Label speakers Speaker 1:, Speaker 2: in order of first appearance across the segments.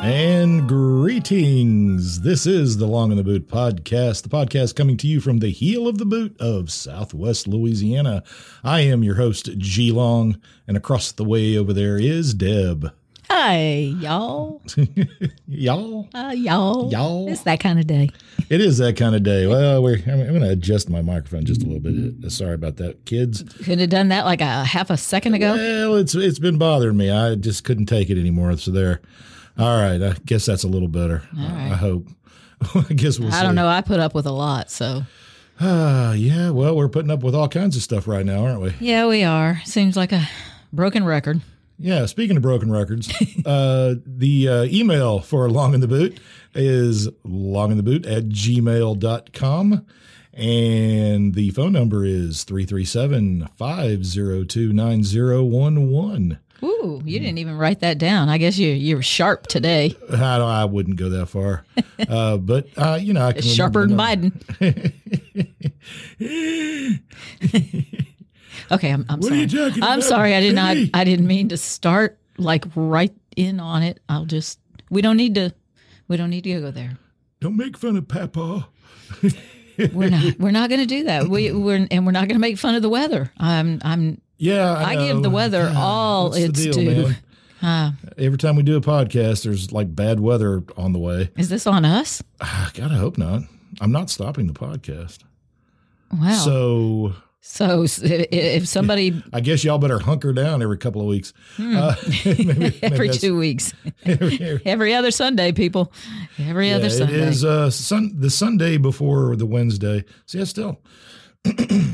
Speaker 1: And greetings. This is the Long in the Boot podcast, the podcast coming to you from the heel of the boot of Southwest Louisiana. I am your host, G Long, and across the way over there is Deb.
Speaker 2: Hey, y'all.
Speaker 1: Y'all,
Speaker 2: Uh, y'all.
Speaker 1: Y'all.
Speaker 2: It's that kind of day.
Speaker 1: it is that kind of day. Well, we're, I'm, I'm going to adjust my microphone just a little bit. Uh, Sorry about that, kids.
Speaker 2: Could have done that like a half a second ago.
Speaker 1: Well, it's it's been bothering me. I just couldn't take it anymore. So there. All right. I guess that's a little better.
Speaker 2: right.
Speaker 1: I hope. I guess we'll see.
Speaker 2: I don't know. I put up with a lot. So,
Speaker 1: Ah, yeah. Well, we're putting up with all kinds of stuff right now, aren't we?
Speaker 2: yeah, we are. Seems like a broken record.
Speaker 1: Yeah. Speaking of broken records, uh, the uh, email for Long in the Boot is longintheboot at gmail.com. And the phone number is 337 502 9011.
Speaker 2: Ooh, you didn't even write that down. I guess you you were sharp today.
Speaker 1: I, don't, I wouldn't go that far. Uh, but, uh, you know, I can.
Speaker 2: Sharper than
Speaker 1: remember
Speaker 2: Biden. okay, I'm, I'm
Speaker 1: What are
Speaker 2: sorry.
Speaker 1: you talking
Speaker 2: I'm
Speaker 1: about,
Speaker 2: sorry. I did not.
Speaker 1: Penny?
Speaker 2: I didn't mean to start like right in on it. I'll just. We don't need to. We don't need to go there.
Speaker 1: Don't make fun of Papa.
Speaker 2: We're not. We're not going to do that. We we're and we're not going to make fun of the weather. I'm. I'm.
Speaker 1: Yeah, I,
Speaker 2: I give
Speaker 1: know.
Speaker 2: the weather
Speaker 1: God,
Speaker 2: all
Speaker 1: what's the
Speaker 2: it's
Speaker 1: deal,
Speaker 2: due.
Speaker 1: man?
Speaker 2: Uh,
Speaker 1: Every time we do a podcast, there's like bad weather on the way.
Speaker 2: is this on us?
Speaker 1: Ah, God, I hope not. I'm not stopping the podcast.
Speaker 2: Wow. So,
Speaker 1: So
Speaker 2: s- i- if somebody
Speaker 1: I guess y'all better hunker down every couple of weeks. Uh, maybe- maybe
Speaker 2: Hmm. every
Speaker 1: that's-
Speaker 2: two weeks,
Speaker 1: every- every-
Speaker 2: every other Sunday, people, every
Speaker 1: yeah,
Speaker 2: other
Speaker 1: it
Speaker 2: Sunday.
Speaker 1: is uh, sun, the Sunday before the Wednesday. See, I still,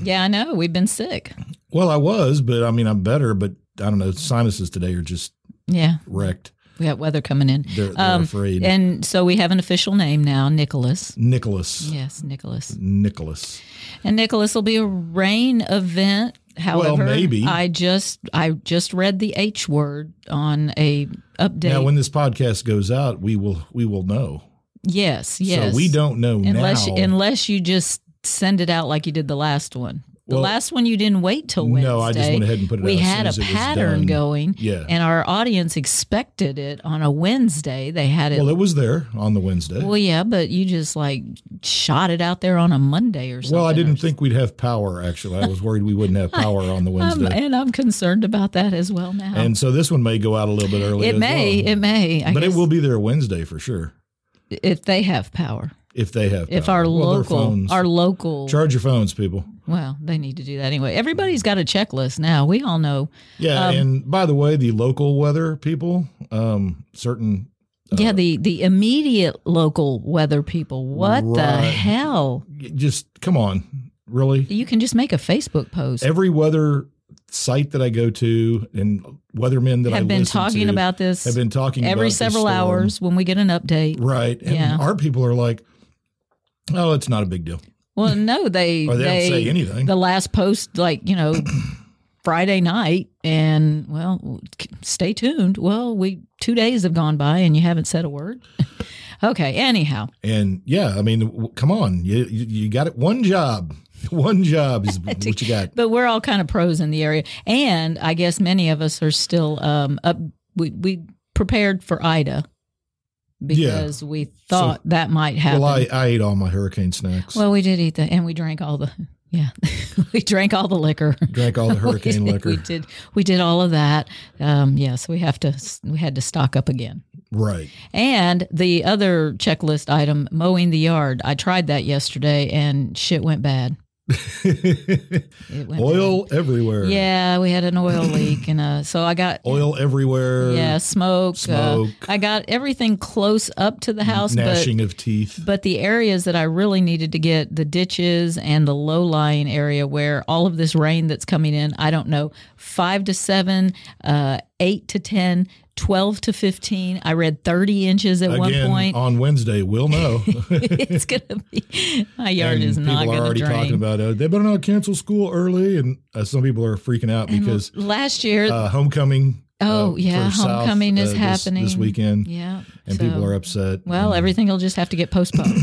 Speaker 2: Yeah, I know. We've been sick.
Speaker 1: well, I was, but I mean, I'm better, but I don't know. Sinuses today are just
Speaker 2: Yeah,
Speaker 1: wrecked.
Speaker 2: we got weather coming in.
Speaker 1: They're, they're
Speaker 2: Um,
Speaker 1: afraid.
Speaker 2: And so we have an official name now, Nicholas.
Speaker 1: Nicholas.
Speaker 2: Yes, Nicholas.
Speaker 1: Nicholas.
Speaker 2: And Nicholas will be a rain event. However,
Speaker 1: maybe.
Speaker 2: I just I just read the H word on a update.
Speaker 1: Now, when this podcast goes out, we will we will know.
Speaker 2: yes, yes.
Speaker 1: So we don't know
Speaker 2: unless
Speaker 1: now.
Speaker 2: unless you just send it out like you did the last one. The
Speaker 1: Well,
Speaker 2: last one you didn't wait till Wednesday.
Speaker 1: no, I just went ahead and put it. out
Speaker 2: we
Speaker 1: as soon
Speaker 2: had a
Speaker 1: as it was
Speaker 2: pattern
Speaker 1: done.
Speaker 2: going,
Speaker 1: Yeah.
Speaker 2: and our audience expected it on a Wednesday. They had it.
Speaker 1: well,
Speaker 2: Well,
Speaker 1: it was there on the Wednesday. Well,
Speaker 2: yeah, but you just like shot it out there on a Monday or something.
Speaker 1: I didn't
Speaker 2: or-
Speaker 1: think we'd have power. Actually, I was worried we wouldn't have power on the
Speaker 2: I'm,
Speaker 1: Wednesday,
Speaker 2: Um, and I'm concerned about that as well now.
Speaker 1: and so this one may go out a little bit early.
Speaker 2: it
Speaker 1: as
Speaker 2: may,
Speaker 1: well.
Speaker 2: it may, I
Speaker 1: but
Speaker 2: guess,
Speaker 1: it will be there Wednesday for sure
Speaker 2: if they have power.
Speaker 1: if they have.
Speaker 2: If
Speaker 1: power.
Speaker 2: our
Speaker 1: Well, their
Speaker 2: local,
Speaker 1: phones,
Speaker 2: our local,
Speaker 1: charge your phones, people.
Speaker 2: well, they need to do that anyway. Everybody's got a checklist now. We all know
Speaker 1: Yeah,
Speaker 2: Um,
Speaker 1: and by the way, the local weather people, um, certain
Speaker 2: Yeah, the the immediate local weather people. What the
Speaker 1: Right.
Speaker 2: hell?
Speaker 1: just come on, really.
Speaker 2: You can just make a Facebook post.
Speaker 1: every weather site that I go to and weathermen that I
Speaker 2: have been
Speaker 1: listen
Speaker 2: talking
Speaker 1: to
Speaker 2: about this
Speaker 1: have been talking about
Speaker 2: every
Speaker 1: this
Speaker 2: several
Speaker 1: storm.
Speaker 2: hours when we get an update.
Speaker 1: Right. And
Speaker 2: Yeah.
Speaker 1: our people are like, Oh, it's not a big deal.
Speaker 2: Well, no, they
Speaker 1: Or they,
Speaker 2: they,
Speaker 1: don't say anything.
Speaker 2: the last post like you know Friday night, and well, stay tuned. Well, we two days have gone by and you haven't said a word. okay, anyhow,
Speaker 1: and yeah, I mean, w- come on. You you, you got it. One job. One job is what you got.
Speaker 2: but we're all kind of pros in the area and i guess many of us are still um up we, we prepared for ida because we thought that might happen
Speaker 1: Well,
Speaker 2: well,
Speaker 1: I, I ate all my hurricane snacks.
Speaker 2: we did eat that and we drank all the yeah we drank all the liquor
Speaker 1: drank all the hurricane
Speaker 2: we,
Speaker 1: liquor.
Speaker 2: we did we did all of that um yes we have to we had to stock up again
Speaker 1: Right.
Speaker 2: and the other checklist item mowing the yard i tried that yesterday and shit went bad it went
Speaker 1: Oil everywhere.
Speaker 2: Yeah, we had an oil leak, and uh, so I got
Speaker 1: Oil everywhere.
Speaker 2: yeah smoke. Uh,
Speaker 1: Smoke.
Speaker 2: I got everything close up to the house, but
Speaker 1: Gnashing of teeth.
Speaker 2: but the areas that I really needed to get the ditches and the low lying area where all of this rain that's coming in. I don't know five to seven, uh, eight to ten. 12 to 15 i read 30 inches at
Speaker 1: Again,
Speaker 2: one point
Speaker 1: on Wednesday, we'll know.
Speaker 2: it's gonna be my yard
Speaker 1: And
Speaker 2: is not
Speaker 1: people are
Speaker 2: gonna
Speaker 1: already
Speaker 2: drain
Speaker 1: talking about uh, they better not cancel school early, and uh, some people are freaking out
Speaker 2: And
Speaker 1: because
Speaker 2: last year
Speaker 1: uh, homecoming.
Speaker 2: Oh,
Speaker 1: uh,
Speaker 2: yeah,
Speaker 1: for South,
Speaker 2: homecoming is
Speaker 1: uh, this-
Speaker 2: happening.
Speaker 1: this weekend,
Speaker 2: yeah
Speaker 1: and people
Speaker 2: so-
Speaker 1: are upset.
Speaker 2: Well, everything will just have to get postponed.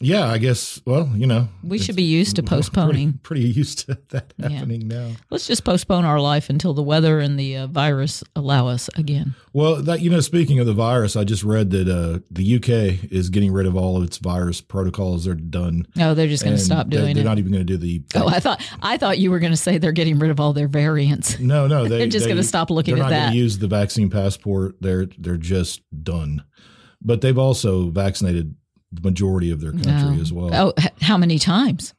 Speaker 1: Yeah, I guess. Well, you know,
Speaker 2: We
Speaker 1: it's-
Speaker 2: should be used to
Speaker 1: we're pretty-
Speaker 2: postponing.
Speaker 1: Pretty, used to that
Speaker 2: Yeah.
Speaker 1: happening now.
Speaker 2: Let's just postpone our life until the weather and the uh, virus allow us again.
Speaker 1: Well, that you know, speaking of the virus, I just read that uh, the UK is getting rid of all of its virus protocols. They're done.
Speaker 2: No, they're just going
Speaker 1: And
Speaker 2: to stop
Speaker 1: they-
Speaker 2: doing
Speaker 1: They're
Speaker 2: it.
Speaker 1: not even going to do the.
Speaker 2: oh, I thought I thought you were going to say they're getting rid of all their variants.
Speaker 1: no, no, they,
Speaker 2: They're just
Speaker 1: they-
Speaker 2: going to stop looking
Speaker 1: they're
Speaker 2: at
Speaker 1: not going
Speaker 2: that.
Speaker 1: to use the vaccine passport. They're they're just done. But they've also vaccinated the majority of their country
Speaker 2: No.
Speaker 1: as well.
Speaker 2: oh, h- how many times?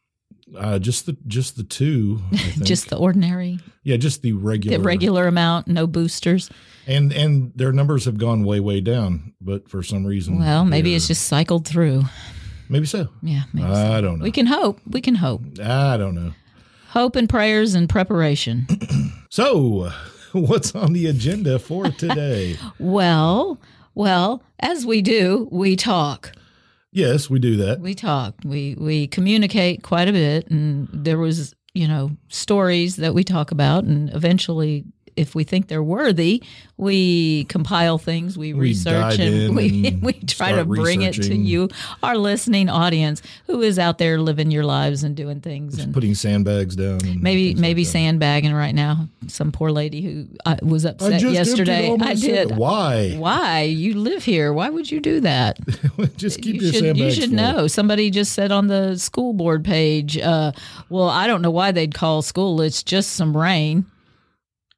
Speaker 1: Uh, just the just the two. I think.
Speaker 2: Just the ordinary,
Speaker 1: yeah, just the
Speaker 2: the regular amount, no boosters.
Speaker 1: and and their numbers have gone way way down but for some reason
Speaker 2: Well, maybe
Speaker 1: they're-
Speaker 2: it's just cycled through.
Speaker 1: maybe so
Speaker 2: Yeah, maybe so.
Speaker 1: i don't know
Speaker 2: we can hope. We can hope.
Speaker 1: i don't know
Speaker 2: Hope and prayers and preparation.
Speaker 1: so what's on the agenda for today
Speaker 2: well, well, as we do, we talk.
Speaker 1: yes we do that
Speaker 2: We talk. We we communicate quite a bit, and there was you know stories that we talk about, and eventually, if we think they're worthy, we compile things, we, research,
Speaker 1: dive in
Speaker 2: and we
Speaker 1: and
Speaker 2: we try to
Speaker 1: start
Speaker 2: bring it to
Speaker 1: researching.
Speaker 2: you, our listening audience, who is out there living your lives and doing things, and
Speaker 1: putting sandbags down and
Speaker 2: Maybe
Speaker 1: things like
Speaker 2: maybe
Speaker 1: that.
Speaker 2: sandbagging right now. Some poor lady who uh, was
Speaker 1: I
Speaker 2: upset
Speaker 1: just
Speaker 2: yesterday.
Speaker 1: emptied all my
Speaker 2: I
Speaker 1: sand-
Speaker 2: did.
Speaker 1: why
Speaker 2: Why you live here? Why would you do that?
Speaker 1: just keep
Speaker 2: You
Speaker 1: your
Speaker 2: should, you
Speaker 1: sandbags
Speaker 2: should
Speaker 1: full.
Speaker 2: know. Somebody just said on the school board page. Uh, well, I don't know why they'd call school. It's just some rain.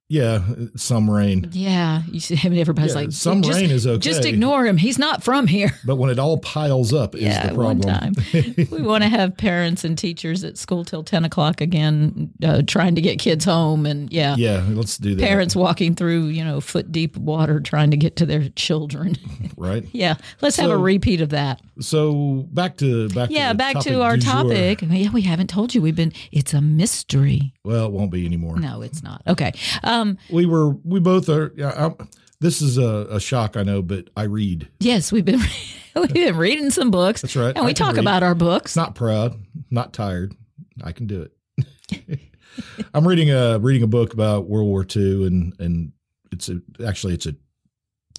Speaker 1: yeah some rain
Speaker 2: Yeah, you see, I mean, everybody's
Speaker 1: Yeah,
Speaker 2: like
Speaker 1: some
Speaker 2: just,
Speaker 1: rain is okay
Speaker 2: Just ignore him. He's not from here.
Speaker 1: but when it all piles up
Speaker 2: yeah,
Speaker 1: is
Speaker 2: at
Speaker 1: the problem
Speaker 2: one time. we want to have parents and teachers at school till ten o'clock again, uh, trying to get kids home, and yeah.
Speaker 1: yeah let's do that
Speaker 2: parents walking through, you know, foot deep water trying to get to their children.
Speaker 1: right
Speaker 2: yeah, let's have
Speaker 1: So-
Speaker 2: a repeat of that.
Speaker 1: so back to back
Speaker 2: Yeah,
Speaker 1: to the
Speaker 2: back
Speaker 1: topic
Speaker 2: to our
Speaker 1: du jour.
Speaker 2: topic. Yeah, we haven't told you. We've been. It's a mystery.
Speaker 1: well it won't be anymore
Speaker 2: No, it's not. Okay. Um.
Speaker 1: we were we both are yeah, I'm, this is a, a shock i know but i read
Speaker 2: Yes, we've been we've been reading some books.
Speaker 1: That's right.
Speaker 2: And
Speaker 1: I
Speaker 2: we
Speaker 1: can
Speaker 2: talk
Speaker 1: read.
Speaker 2: about our books.
Speaker 1: not proud not tired i can do it i'm reading a reading a book about world war ii and and it's a, actually it's a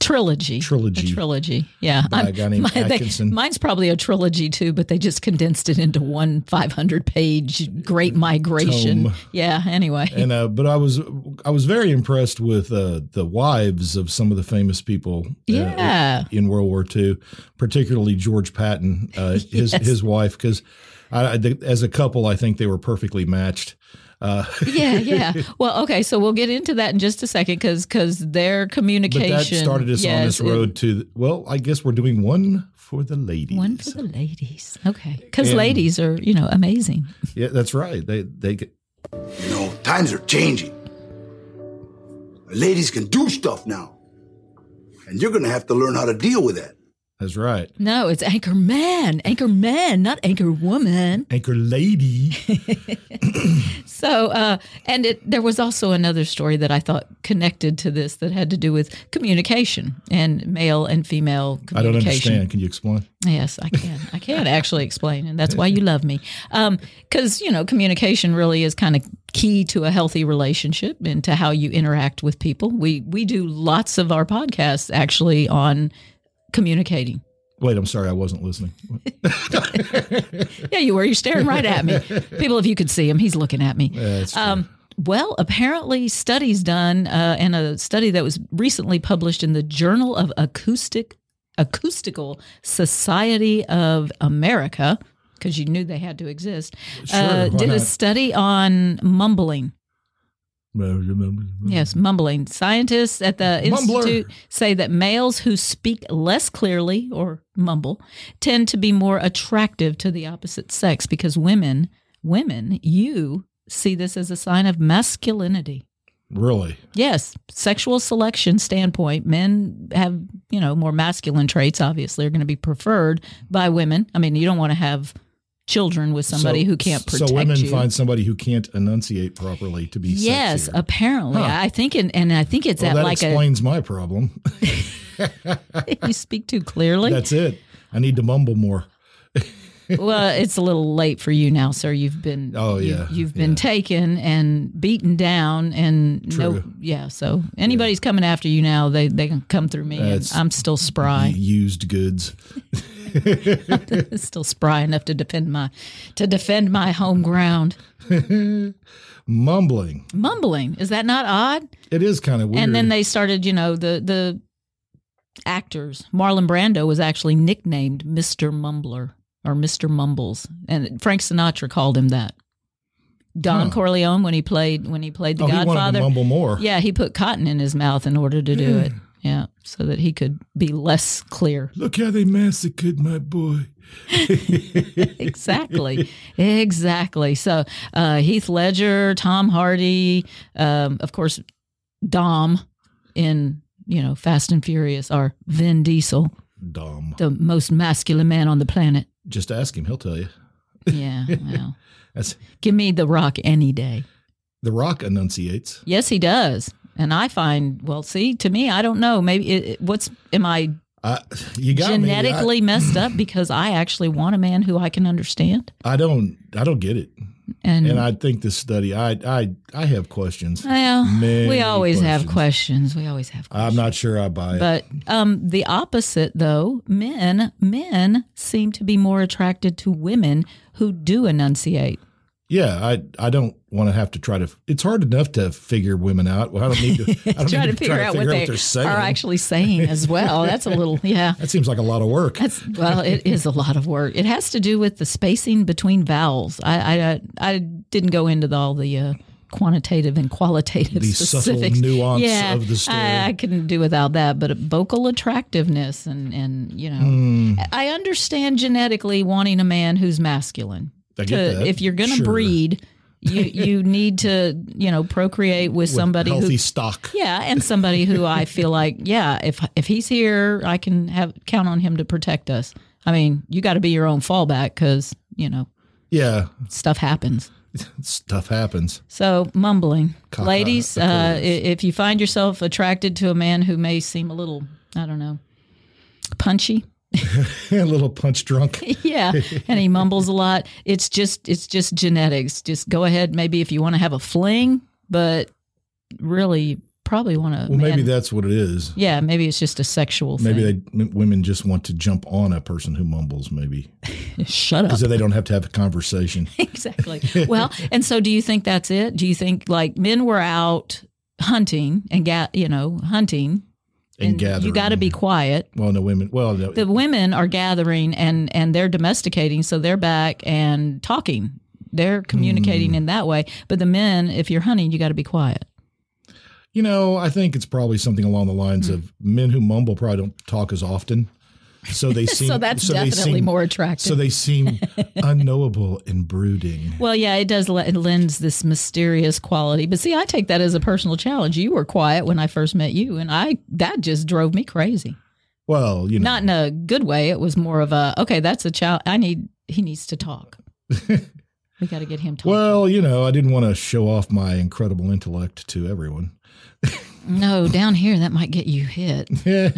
Speaker 2: trilogy. A
Speaker 1: trilogy
Speaker 2: trilogy. Yeah.
Speaker 1: by a
Speaker 2: I'm-
Speaker 1: guy named
Speaker 2: my- they-
Speaker 1: atkinson
Speaker 2: mine's probably a trilogy too, but they just condensed it into one 500 page Great Migration.
Speaker 1: Tome.
Speaker 2: Yeah. Anyway.
Speaker 1: and uh, but I was I was very impressed with uh, the wives of some of the famous people uh,
Speaker 2: yeah.
Speaker 1: in World War II, particularly George Patton, uh, his
Speaker 2: Yes.
Speaker 1: his wife, because as a couple, I think they were perfectly matched. Uh,
Speaker 2: yeah, yeah. Well, okay, so we'll get into that in just a second because their
Speaker 1: but
Speaker 2: communication
Speaker 1: that started us on this
Speaker 2: yes, it-
Speaker 1: road to well, I guess we're doing one for the ladies.
Speaker 2: one for the ladies. Okay, because
Speaker 1: And-
Speaker 2: ladies are you know amazing.
Speaker 1: yeah, that's right. They they get-
Speaker 3: You know, times are changing. Ladies can do stuff now. And you're going to have to learn how to deal with that.
Speaker 1: that's right.
Speaker 2: No, it's anchor man, anchor man, not anchor woman.
Speaker 1: Anchor lady.
Speaker 2: So, uh, and it, there was also another story that I thought connected to this that had to do with communication and male and female
Speaker 1: I
Speaker 2: communication.
Speaker 1: don't understand. Can you explain?
Speaker 2: Yes, I can. I can actually explain, and that's why you love me. Because, you know, communication really is kind of key to a healthy relationship and to how you interact with people. We, we do lots of our podcasts actually on communicating.
Speaker 1: Wait, I'm sorry, I wasn't listening.
Speaker 2: Yeah, you were. You're staring right at me. People, if you could see him, he's looking at me.
Speaker 1: That's true.
Speaker 2: Um, well, apparently, studies done uh, in a study that was recently published in the Journal of Acoustic Acoustical Society of America, because you knew they had to exist, uh,
Speaker 1: Sure, why
Speaker 2: did a
Speaker 1: not?
Speaker 2: study on mumbling.
Speaker 1: yes.
Speaker 2: Yes, mumbling. Scientists at the
Speaker 1: Hmm. Mumbler.
Speaker 2: institute say that males who speak less clearly or mumble tend to be more attractive to the opposite sex because women, women, you see this as a sign of masculinity.
Speaker 1: Really?
Speaker 2: Yes, sexual selection standpoint, men have, you know, more masculine traits obviously are going to be preferred by women. I mean, you don't want to have children with somebody
Speaker 1: So-
Speaker 2: who can't protect
Speaker 1: So women
Speaker 2: you.
Speaker 1: find somebody who can't enunciate properly to be
Speaker 2: Yes,
Speaker 1: sexier.
Speaker 2: apparently.
Speaker 1: Huh.
Speaker 2: I think and, and I think it's
Speaker 1: Well,
Speaker 2: at
Speaker 1: that
Speaker 2: like a
Speaker 1: explains my problem.
Speaker 2: you speak too clearly.
Speaker 1: That's it. I need to mumble more.
Speaker 2: well, it's a little late for you now, sir. You've been
Speaker 1: Oh,
Speaker 2: you-
Speaker 1: yeah,
Speaker 2: you've been
Speaker 1: yeah.
Speaker 2: taken and beaten down and no
Speaker 1: True.
Speaker 2: yeah. So anybody's coming after you now, they they can come through me
Speaker 1: That's-
Speaker 2: and I'm still spry.
Speaker 1: Used goods.
Speaker 2: Still spry enough to defend my to defend my home ground.
Speaker 1: Mumbling.
Speaker 2: Mumbling. Is that not odd?
Speaker 1: It is kind of weird.
Speaker 2: And then they started, you know, the the actors. Marlon Brando was actually nicknamed Mr. Mumbler or Mr. Mumbles, and Frank Sinatra called him that. Don
Speaker 1: Huh.
Speaker 2: Corleone when he played when he played the
Speaker 1: oh, he wanted to
Speaker 2: Godfather.
Speaker 1: mumble Hmm. more.
Speaker 2: yeah, he put cotton in his mouth in order to do it. Yeah, so that he could be less clear.
Speaker 1: Look how they massacred my boy.
Speaker 2: exactly. Exactly. So uh, Heath Ledger, Tom Hardy, um, of course, Dom in, you know, Fast and Furious are Vin Diesel,
Speaker 1: Dumb.
Speaker 2: the most masculine man on the planet.
Speaker 1: Just ask him; he'll tell you.
Speaker 2: Yeah. Well,
Speaker 1: That's
Speaker 2: give me The Rock any day.
Speaker 1: the Rock enunciates.
Speaker 2: Yes, he does. And I find, well, see, to me, I don't know. Maybe it, it- what's, am I
Speaker 1: I, you got me. I-
Speaker 2: genetically messed up because I actually want a man who I can understand?
Speaker 1: I, don't. I don't get it.
Speaker 2: Hmm.
Speaker 1: And I think this study. I. I. I have questions.
Speaker 2: Well, we
Speaker 1: Many
Speaker 2: always have questions. We always have questions.
Speaker 1: I'm not sure I buy it.
Speaker 2: But um, the opposite, though, men men seem to be more attracted to women who do enunciate.
Speaker 1: yeah, I. I don't want to have to try to. It's hard enough to figure women out. Well, I don't need to. I don't
Speaker 2: Try to
Speaker 1: need
Speaker 2: figure out what they
Speaker 1: are saying.
Speaker 2: are actually saying as well. That's a little, yeah.
Speaker 1: that seems like a lot of work.
Speaker 2: That's well, it is a lot of work. It has to do with the spacing between vowels. I I, I didn't go into the, all the uh, quantitative and qualitative
Speaker 1: The subtle
Speaker 2: specifics.
Speaker 1: nuance
Speaker 2: yeah,
Speaker 1: of the story.
Speaker 2: I, I couldn't do without that. But vocal attractiveness and and you know,
Speaker 1: Hmm.
Speaker 2: I understand genetically wanting a man who's masculine.
Speaker 1: I get
Speaker 2: To-
Speaker 1: that.
Speaker 2: if you're going to
Speaker 1: Sure.
Speaker 2: breed, you you need to you know procreate with, somebody
Speaker 1: healthy
Speaker 2: who
Speaker 1: stock.
Speaker 2: yeah, and somebody who I feel like, yeah, if if he's here, I can have count on him to protect us. I mean, you got to be your own fallback because you know
Speaker 1: Yeah,
Speaker 2: stuff happens.
Speaker 1: stuff happens.
Speaker 2: So mumbling,
Speaker 1: Cock-
Speaker 2: ladies,
Speaker 1: uh,
Speaker 2: uh, i- if you find yourself attracted to a man who may seem a little, I don't know, punchy,
Speaker 1: a little punch drunk.
Speaker 2: yeah, and he mumbles a lot, it's just it's just genetics. Just go ahead, maybe if you want to have a fling, but really probably want to.
Speaker 1: Well, maybe that's what it is.
Speaker 2: Yeah, maybe it's just a sexual thing.
Speaker 1: Maybe they, m- women just want to jump on a person who mumbles, maybe,
Speaker 2: Shut up.
Speaker 1: so they don't have to have a conversation.
Speaker 2: exactly. Well, and so do you think that's it? Do you think like men were out hunting and got, you know, hunting
Speaker 1: And gathering.
Speaker 2: You got to be quiet.
Speaker 1: Well, no, women. Well, no,
Speaker 2: The women are gathering and and they're domesticating, so they're back and talking. They're
Speaker 1: Mm.
Speaker 2: communicating in that way. But the men, if you're hunting, you got to be quiet.
Speaker 1: you know, I think it's probably something along the lines
Speaker 2: Hmm.
Speaker 1: of men who mumble probably don't talk as often, so they seem.
Speaker 2: so that's
Speaker 1: they
Speaker 2: definitely
Speaker 1: seem-
Speaker 2: more attractive.
Speaker 1: So they seem unknowable and brooding.
Speaker 2: well, yeah, it does. le- It lends this mysterious quality. But see, I take that as a personal challenge. You were quiet when I first met you, and I that just drove me crazy.
Speaker 1: Well, you know,
Speaker 2: not in a good way. It was more of a okay, that's a child. I need he needs to talk. we got to get him talking.
Speaker 1: well, you know, I didn't want to show off my incredible intellect to everyone.
Speaker 2: no, down here that might get you hit.
Speaker 1: well,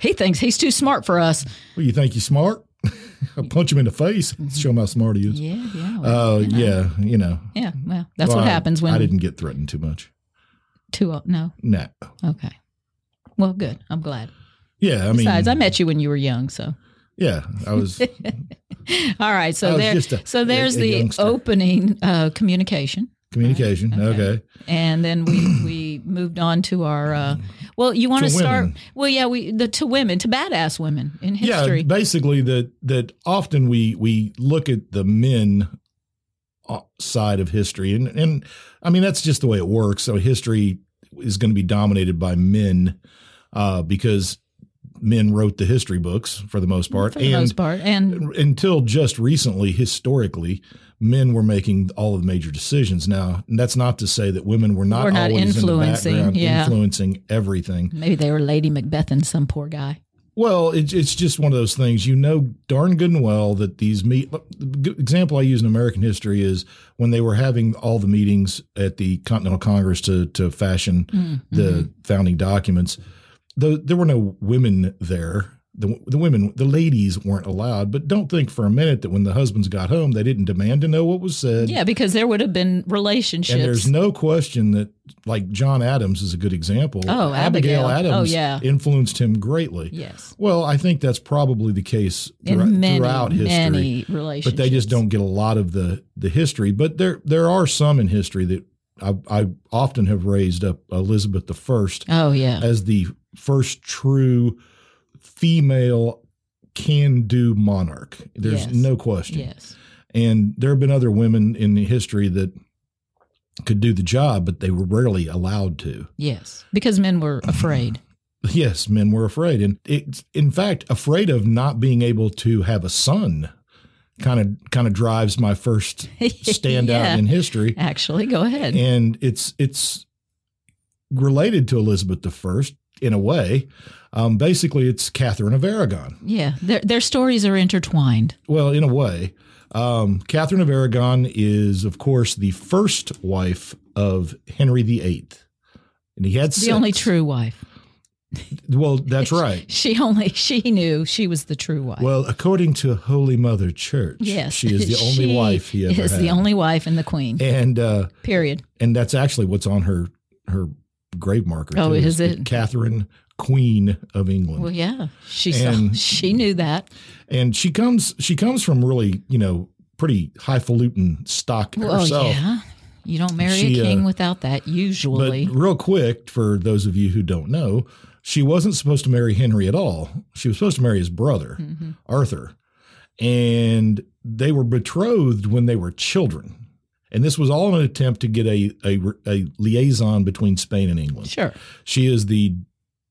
Speaker 2: He thinks he's too smart for us.
Speaker 1: you think you smart? I'll punch him in the face. Show him how smart he is.
Speaker 2: Mm-hmm. Yeah, yeah, well,
Speaker 1: Oh yeah, you know.
Speaker 2: yeah. Well, that's
Speaker 1: Well,
Speaker 2: what
Speaker 1: I-
Speaker 2: happens when
Speaker 1: I didn't get threatened too much.
Speaker 2: two. o- No,
Speaker 1: No.
Speaker 2: okay. Well, good. I'm glad.
Speaker 1: Yeah, I mean,
Speaker 2: Besides, I met you when you were young, so
Speaker 1: yeah, I was.
Speaker 2: all right.
Speaker 1: I
Speaker 2: So
Speaker 1: was
Speaker 2: there,
Speaker 1: just a-
Speaker 2: so there's
Speaker 1: a- a
Speaker 2: the
Speaker 1: youngster.
Speaker 2: opening uh, communication.
Speaker 1: communication.
Speaker 2: Okay.
Speaker 1: Okay.
Speaker 2: and then we we moved on to our uh, well you want to
Speaker 1: To
Speaker 2: start
Speaker 1: women.
Speaker 2: well yeah we the to women to badass women in
Speaker 1: Yeah,
Speaker 2: history
Speaker 1: basically that that often we we look at the men uh, side of history, and and I mean that's just the way it works. So history is going to be dominated by men uh, because men wrote the history books for the most part,
Speaker 2: for the
Speaker 1: and
Speaker 2: most part and
Speaker 1: until just recently, historically, men were making all of the major decisions. Now, and that's not to say that women were not,
Speaker 2: Were not
Speaker 1: always
Speaker 2: influencing,
Speaker 1: in the background,
Speaker 2: yeah.
Speaker 1: influencing everything.
Speaker 2: maybe they were lady macbeth and some poor guy
Speaker 1: Well, it, it's just one of those things. You know darn good and well that these meet. The good example I use in American history is when they were having all the meetings at the Continental Congress to to
Speaker 2: Mm, mm-hmm.
Speaker 1: fashion the founding documents. Though there were no women there. the, the women, the ladies weren't allowed. But don't think for a minute that when the husbands got home, they didn't demand to know what was said.
Speaker 2: Yeah, because there would have been
Speaker 1: And there's
Speaker 2: relationships.
Speaker 1: no question that, like John Adams is a good example.
Speaker 2: Oh, Abigail. Oh,
Speaker 1: Adams
Speaker 2: yeah.
Speaker 1: influenced him greatly.
Speaker 2: yes.
Speaker 1: Well, I think that's probably the case throughout,
Speaker 2: In many,
Speaker 1: throughout history.
Speaker 2: many relationships.
Speaker 1: but they just don't get a lot of the the history. But there there are some in history that I, I often have raised up Elizabeth the First
Speaker 2: Oh, yeah.
Speaker 1: as the first true female can do monarch. There's
Speaker 2: Yes.
Speaker 1: no question.
Speaker 2: Yes.
Speaker 1: And there have been other women in history that could do the job, but they were rarely allowed to.
Speaker 2: Yes. Because men were afraid.
Speaker 1: Yes, men were afraid, and it's in fact afraid of not being able to have a son. Kind of kind of drives my first standout
Speaker 2: Yeah.
Speaker 1: in history,
Speaker 2: Actually, go ahead.
Speaker 1: and it's it's related to Elizabeth the First in a way. Um, basically, it's Catherine of Aragon.
Speaker 2: yeah. Their, their stories are intertwined.
Speaker 1: Well, in a way, um, Catherine of Aragon is, of course, the first wife of Henry VIII, and he had
Speaker 2: The only
Speaker 1: six.
Speaker 2: true wife.
Speaker 1: Well, that's right.
Speaker 2: She only, she knew she was the true wife.
Speaker 1: Well, according to Holy Mother Church,
Speaker 2: yes.
Speaker 1: she is the only
Speaker 2: She
Speaker 1: wife he ever
Speaker 2: is
Speaker 1: had.
Speaker 2: the only wife and the queen,
Speaker 1: and uh,
Speaker 2: period.
Speaker 1: and that's actually what's on her her grave marker.
Speaker 2: Oh,
Speaker 1: too,
Speaker 2: is it?
Speaker 1: Catherine, Queen of England?
Speaker 2: Well, yeah. She, saw,
Speaker 1: And-
Speaker 2: she knew that.
Speaker 1: and she comes she comes from really you know pretty highfalutin stock
Speaker 2: Well,
Speaker 1: herself.
Speaker 2: yeah. You don't marry
Speaker 1: She,
Speaker 2: a
Speaker 1: uh,
Speaker 2: king without that,
Speaker 1: But
Speaker 2: usually.
Speaker 1: real quick, for those of you who don't know, she wasn't supposed to marry Henry at all. She was supposed to marry his brother,
Speaker 2: Mhm.
Speaker 1: Arthur. And they were betrothed when they were children. And this was all an attempt to get a, a, a liaison between Spain and England.
Speaker 2: Sure.
Speaker 1: She is the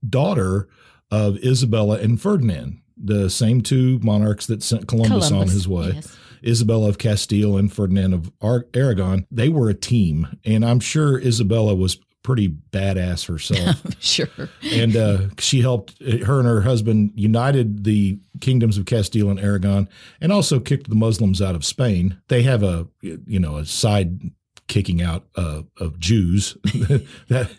Speaker 1: daughter of Isabella and Ferdinand, the same two monarchs that sent Columbus, on his way.
Speaker 2: yes.
Speaker 1: Isabella of Castile and Ferdinand of Ar- Aragon, they were a team. And I'm sure Isabella was pretty badass herself.
Speaker 2: Sure.
Speaker 1: and uh, she helped, her and her husband united the kingdoms of Castile and Aragon and also kicked the Muslims out of Spain. They have a, you know, a side kicking out uh, of Jews. that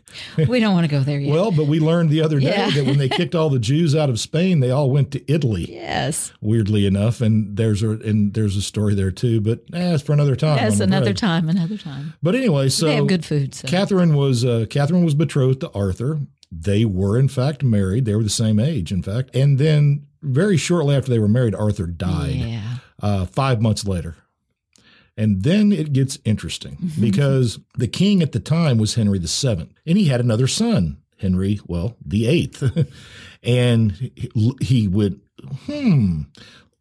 Speaker 2: We don't want to go there yet.
Speaker 1: Well, but we learned the other day
Speaker 2: Yeah.
Speaker 1: that when they kicked all the Jews out of Spain, they all went to Italy
Speaker 2: yes.
Speaker 1: weirdly enough and there's a and there's a story there too but eh, it's for another time
Speaker 2: Yes,
Speaker 1: I'm
Speaker 2: another
Speaker 1: afraid.
Speaker 2: time, another time.
Speaker 1: but anyway
Speaker 2: they
Speaker 1: so
Speaker 2: have good food. So.
Speaker 1: catherine was uh, catherine was betrothed to arthur they were in fact married they were the same age in fact and then very shortly after they were married arthur died
Speaker 2: Yeah.
Speaker 1: uh, five months later and then it gets interesting because the king at the time was henry the seventh and he had another son henry well the eighth and he- he would hmm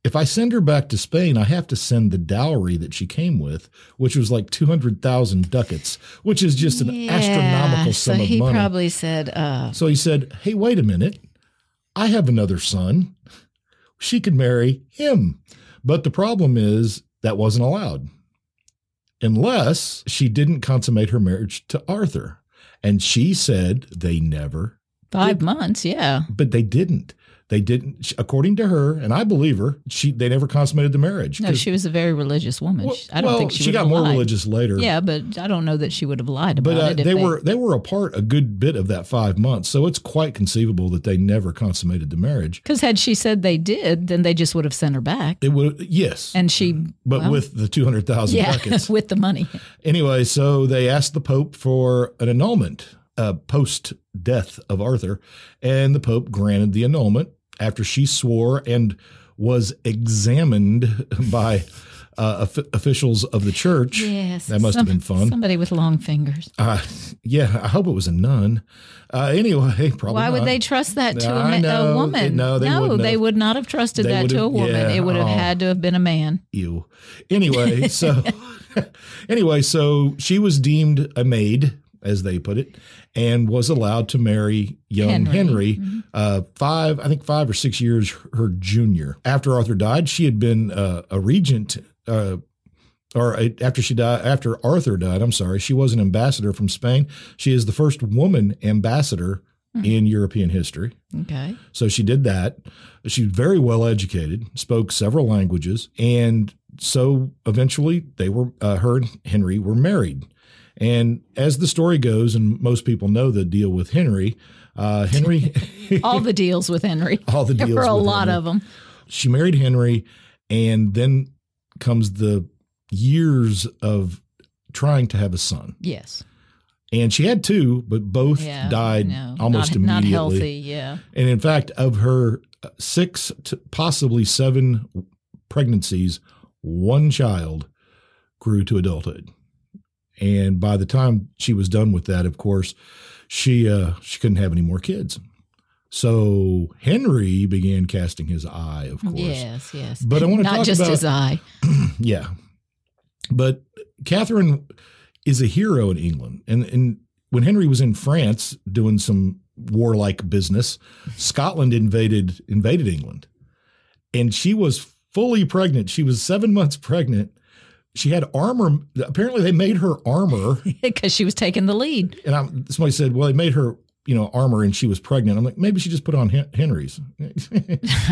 Speaker 1: if I send her back to Spain, I have to send the dowry that she came with, which was like 200,000 ducats, which is just an
Speaker 2: Yeah,
Speaker 1: astronomical
Speaker 2: so
Speaker 1: sum of
Speaker 2: he
Speaker 1: money.
Speaker 2: probably said, uh,
Speaker 1: so he said, Hey, wait a minute. I have another son. She could marry him. But the problem is that wasn't allowed unless she didn't consummate her marriage to Arthur. And she said they never
Speaker 2: five months. Yeah.
Speaker 1: but they didn't. They didn't, she- according to her, and I believe her. She they never consummated the marriage.
Speaker 2: No,
Speaker 1: 'Cause-
Speaker 2: she was a very religious woman.
Speaker 1: well-
Speaker 2: She- I don't
Speaker 1: well,
Speaker 2: think she,
Speaker 1: she
Speaker 2: would
Speaker 1: got
Speaker 2: have
Speaker 1: more
Speaker 2: lied.
Speaker 1: religious later.
Speaker 2: Yeah, but I don't know that she would have lied about
Speaker 1: but uh,
Speaker 2: it.
Speaker 1: they,
Speaker 2: if they
Speaker 1: were they were apart a good bit of that five months, so it's quite conceivable that they never consummated the marriage.
Speaker 2: Because had she said they did, then they just would have sent her back.
Speaker 1: It would yes,
Speaker 2: And she,
Speaker 1: but
Speaker 2: well,
Speaker 1: with the two hundred thousand
Speaker 2: yeah,
Speaker 1: ducats
Speaker 2: with the money.
Speaker 1: anyway. So they asked the Pope for an annulment uh, post death of Arthur, and the Pope granted the annulment after she swore and was examined by. Uh, of- officials of the church.
Speaker 2: Yes.
Speaker 1: That must have been fun.
Speaker 2: Somebody with long fingers.
Speaker 1: Uh, yeah, I hope it was a nun. Uh, anyway, probably.
Speaker 2: Why would
Speaker 1: not.
Speaker 2: they trust that to a,
Speaker 1: I
Speaker 2: ma- a
Speaker 1: know.
Speaker 2: woman?
Speaker 1: No, they wouldn't have.
Speaker 2: would not have trusted
Speaker 1: They
Speaker 2: that
Speaker 1: would
Speaker 2: to a
Speaker 1: have-
Speaker 2: woman.
Speaker 1: yeah,
Speaker 2: it would have
Speaker 1: oh.
Speaker 2: had to have been a man.
Speaker 1: Ew. Anyway, so anyway, so she was deemed a maid, as they put it, and was allowed to marry young
Speaker 2: Henry.
Speaker 1: Henry, uh, five, I think five or six years her junior. After Arthur died, she had been uh, a regent. Uh, or uh, after she died, after Arthur died, I'm sorry, she was an ambassador from Spain. She is the first woman ambassador in European history.
Speaker 2: Okay.
Speaker 1: So she did that. She's very well educated, spoke several languages, and so eventually they were uh, her and Henry were married. And as the story goes, and most people know the deal with Henry, uh, Henry,
Speaker 2: All the deals with Henry.
Speaker 1: all the
Speaker 2: There
Speaker 1: deals
Speaker 2: were a
Speaker 1: with
Speaker 2: lot
Speaker 1: Henry.
Speaker 2: of them.
Speaker 1: She married Henry, and then comes the years of trying to have a son.
Speaker 2: Yes.
Speaker 1: And she had two, but both
Speaker 2: Yeah.
Speaker 1: died
Speaker 2: no,
Speaker 1: almost
Speaker 2: not,
Speaker 1: immediately.
Speaker 2: Not healthy. Yeah.
Speaker 1: And in fact, of her uh, six to possibly seven pregnancies, one child grew to adulthood. And by the time she was done with that, of course, she uh, she couldn't have any more kids. So Henry began casting his eye, of course.
Speaker 2: Yes. Yes.
Speaker 1: But I wanna
Speaker 2: not
Speaker 1: talk
Speaker 2: just
Speaker 1: about-
Speaker 2: his eye.
Speaker 1: Yeah. But Catherine is a hero in England. And, and when Henry was in France doing some warlike business, Scotland invaded invaded England. And she was fully pregnant. She was seven months pregnant. She had armor. Apparently, they made her armor.
Speaker 2: Because she was taking the lead.
Speaker 1: And I'm, somebody said, well, they made her, you know, armor and she was pregnant. I'm like, maybe she just put on Hen- Henry's.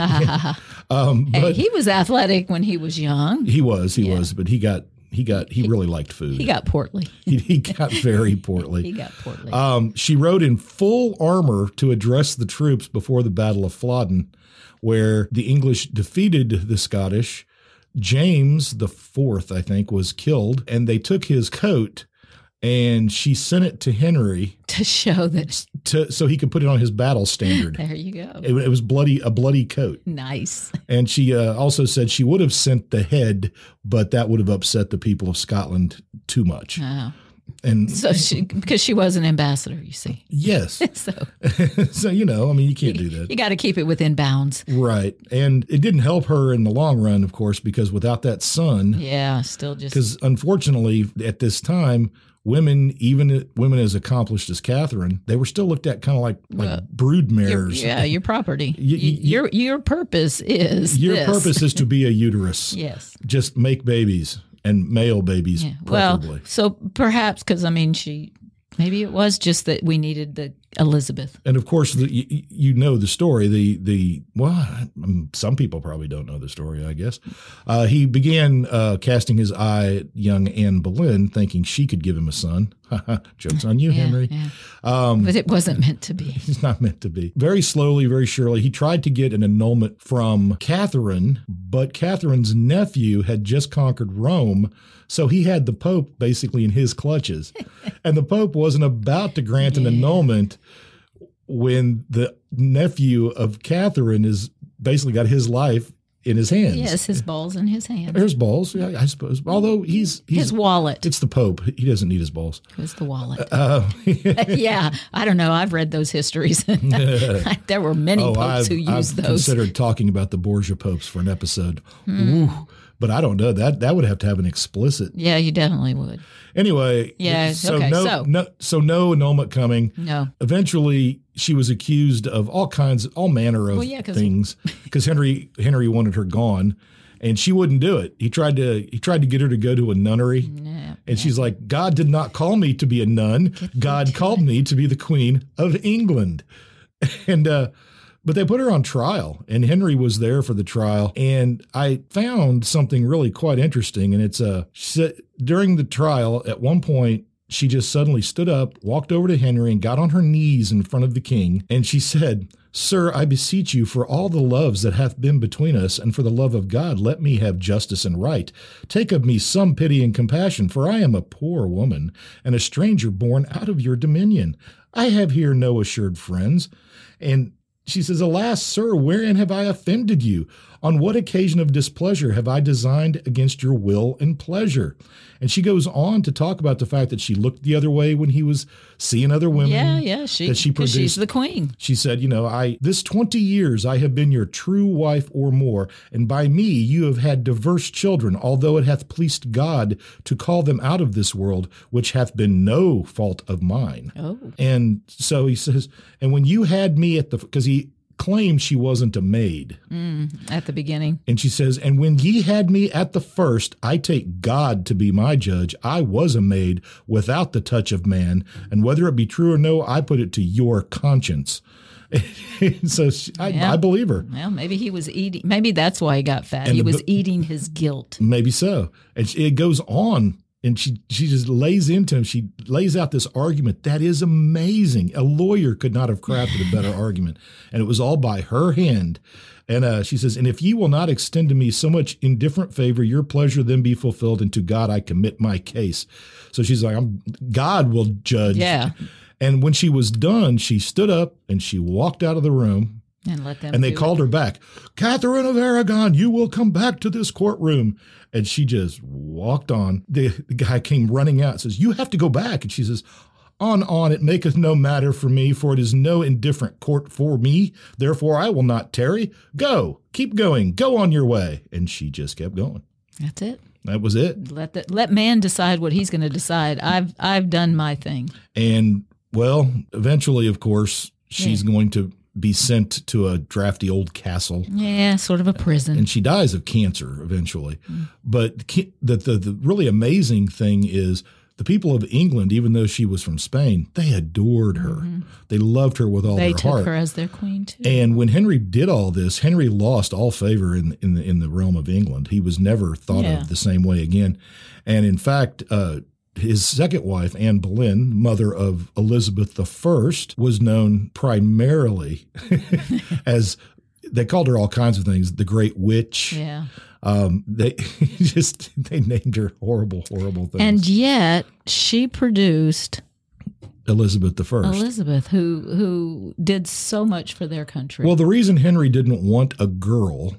Speaker 1: um,
Speaker 2: hey,
Speaker 1: but he,
Speaker 2: he was athletic when he was young.
Speaker 1: was, he
Speaker 2: Yeah.
Speaker 1: was, but he got, he got, he, really liked food.
Speaker 2: He got portly.
Speaker 1: he, he got very
Speaker 2: He
Speaker 1: poorly.
Speaker 2: got portly.
Speaker 1: Um, she rode in full armor to address the troops before the Battle of Flodden, where the English defeated the Scottish. James the Fourth, I think, was killed, and they took his coat, and she sent it to Henry
Speaker 2: to show that.
Speaker 1: to so he could put it on his battle standard.
Speaker 2: There you go.
Speaker 1: It, it was bloody, a bloody coat,
Speaker 2: Nice.
Speaker 1: and she uh, also said she would have sent the head, but that would have upset the people of Scotland too much.
Speaker 2: Wow.
Speaker 1: And
Speaker 2: So she, because she was an ambassador, you see.
Speaker 1: yes,
Speaker 2: So
Speaker 1: so you know, I mean, you can't do
Speaker 2: you
Speaker 1: that,
Speaker 2: got to keep it within bounds.
Speaker 1: right? And it didn't help her in the long run, of course, because without that son,
Speaker 2: Yeah. Still just.
Speaker 1: because unfortunately at this time, women, even women as accomplished as Catherine, they were still looked at kind of like like
Speaker 2: Well,
Speaker 1: brood
Speaker 2: Your,
Speaker 1: mares.
Speaker 2: yeah, your property.
Speaker 1: You-
Speaker 2: Y-
Speaker 1: you-
Speaker 2: your your purpose is
Speaker 1: Your
Speaker 2: this.
Speaker 1: purpose is to be a uterus.
Speaker 2: Yes.
Speaker 1: Just make babies and male babies,
Speaker 2: Yeah.
Speaker 1: preferably.
Speaker 2: Well, so perhaps because I mean, she maybe it was just that we needed the Elizabeth.
Speaker 1: And of course, the, you, you know the story. The the well, I- mm, some people probably don't know the story. I guess uh, he began uh, casting his eye at young Anne Boleyn, thinking she could give him a son. Jokes on you,
Speaker 2: Yeah,
Speaker 1: Henry.
Speaker 2: yeah.
Speaker 1: Um,
Speaker 2: But it wasn't meant to be.
Speaker 1: He's not meant to be. Very slowly, very surely, he tried to get an annulment from Catherine, but Catherine's nephew had just conquered Rome, so he had the Pope basically in his clutches. and the Pope wasn't about to grant an
Speaker 2: Yeah.
Speaker 1: annulment when the nephew of Catherine is basically got his life in his hands.
Speaker 2: Yes, his balls in his hand.
Speaker 1: There's balls, yeah, I suppose. Although he's he's
Speaker 2: His wallet
Speaker 1: it's the Pope. He doesn't need his balls.
Speaker 2: was the wallet.
Speaker 1: Uh,
Speaker 2: yeah, I don't know. I've read those histories. there were many
Speaker 1: Oh,
Speaker 2: popes
Speaker 1: I've,
Speaker 2: who used
Speaker 1: I've
Speaker 2: those.
Speaker 1: considered talking about the Borgia popes for an episode.
Speaker 2: Hmm.
Speaker 1: Ooh, but I don't know that that would have to have an explicit.
Speaker 2: yeah, you definitely would.
Speaker 1: Anyway,
Speaker 2: Yeah,
Speaker 1: So
Speaker 2: okay,
Speaker 1: no,
Speaker 2: so-
Speaker 1: no, so no annulment coming.
Speaker 2: No.
Speaker 1: Eventually, she was accused of all kinds, all manner of
Speaker 2: Well, yeah, 'cause-
Speaker 1: things because Henry Henry wanted her gone, and she wouldn't do it. He tried to he tried to get her to go to a nunnery.
Speaker 2: Mm-hmm. Yeah.
Speaker 1: And she's like, God did not call me to be a nun. God called me to be the queen of England. And, uh, but they put her on trial, and Henry was there for the trial. And I found something really quite interesting. And it's uh, she said- during the trial, at one point, she just suddenly stood up, walked over to Henry, and got on her knees in front of the king. And she said, Sir, I beseech you, for all the loves that hath been between us, and for the love of God, let me have justice and right. Take of me some pity and compassion, for I am a poor woman, and a stranger born out of your dominion. I have here no assured friends. And she says, Alas, sir, wherein have I offended you? On what occasion of displeasure have I designed against your will and pleasure? And she goes on to talk about the fact that she looked the other way when he was seeing other women.
Speaker 2: Yeah, yeah. She,
Speaker 1: That she
Speaker 2: 'cause she's
Speaker 1: produced-
Speaker 2: the queen.
Speaker 1: She said, You know, I this 20 years I have been your true wife or more, and by me you have had diverse children, although it hath pleased God to call them out of this world, which hath been no fault of mine.
Speaker 2: Oh.
Speaker 1: And so he says, And when you had me at the, because he claimed she wasn't a maid.
Speaker 2: At the beginning.
Speaker 1: And she says, And when ye had me at the first, I take God to be my judge. I was a maid without the touch of man. And whether it be true or no, I put it to your conscience. And so she, I,
Speaker 2: Yeah.
Speaker 1: I believe her.
Speaker 2: Well, maybe he was eating. Maybe that's why he got fat.
Speaker 1: And
Speaker 2: he
Speaker 1: the
Speaker 2: was
Speaker 1: bu-
Speaker 2: eating his guilt.
Speaker 1: Maybe so. And she- it goes on and she she just lays into him. She lays out this argument that is amazing. A lawyer could not have crafted a better argument, and it was all by her hand. And uh, she says, "And if ye will not extend to me so much indifferent favor, your pleasure then be fulfilled, and to God I commit my case." So she's like, "I'm God will judge."
Speaker 2: Yeah.
Speaker 1: And when she was done, she stood up and she walked out of the room.
Speaker 2: And let them.
Speaker 1: And they
Speaker 2: do it.
Speaker 1: called her back, Catherine of Aragon, you will come back to this courtroom. And she just walked on. The, the guy came running out, says, You have to go back. And she says, On, on, it maketh no matter for me, for it is no indifferent court for me. Therefore, I will not tarry. Go, keep going, go on your way. And she just kept going.
Speaker 2: That's it.
Speaker 1: That was it.
Speaker 2: Let the, let man decide what he's going to decide. I've I've done my thing.
Speaker 1: And well, eventually, of course, she's going to be sent to a drafty old castle.
Speaker 2: Yeah, sort of a prison.
Speaker 1: and she dies of cancer eventually. But ca- the, the the really amazing thing is the people of England, even though she was from Spain, they adored her. They loved her with all
Speaker 2: Mm-hmm. they
Speaker 1: their
Speaker 2: took
Speaker 1: heart.
Speaker 2: her as their queen too.
Speaker 1: And when Henry did all this, Henry lost all favor in in the, in the realm of England. He was never thought
Speaker 2: Yeah.
Speaker 1: of the same way again. And in fact, uh, his second wife, Anne Boleyn, mother of Elizabeth I, was known primarily as they called her all kinds of things: the Great Witch.
Speaker 2: yeah.
Speaker 1: Um, they just they named her horrible, horrible things.
Speaker 2: And yet she produced
Speaker 1: Elizabeth I.
Speaker 2: Elizabeth who who did so much for their country.
Speaker 1: Well, the reason Henry didn't want a girl,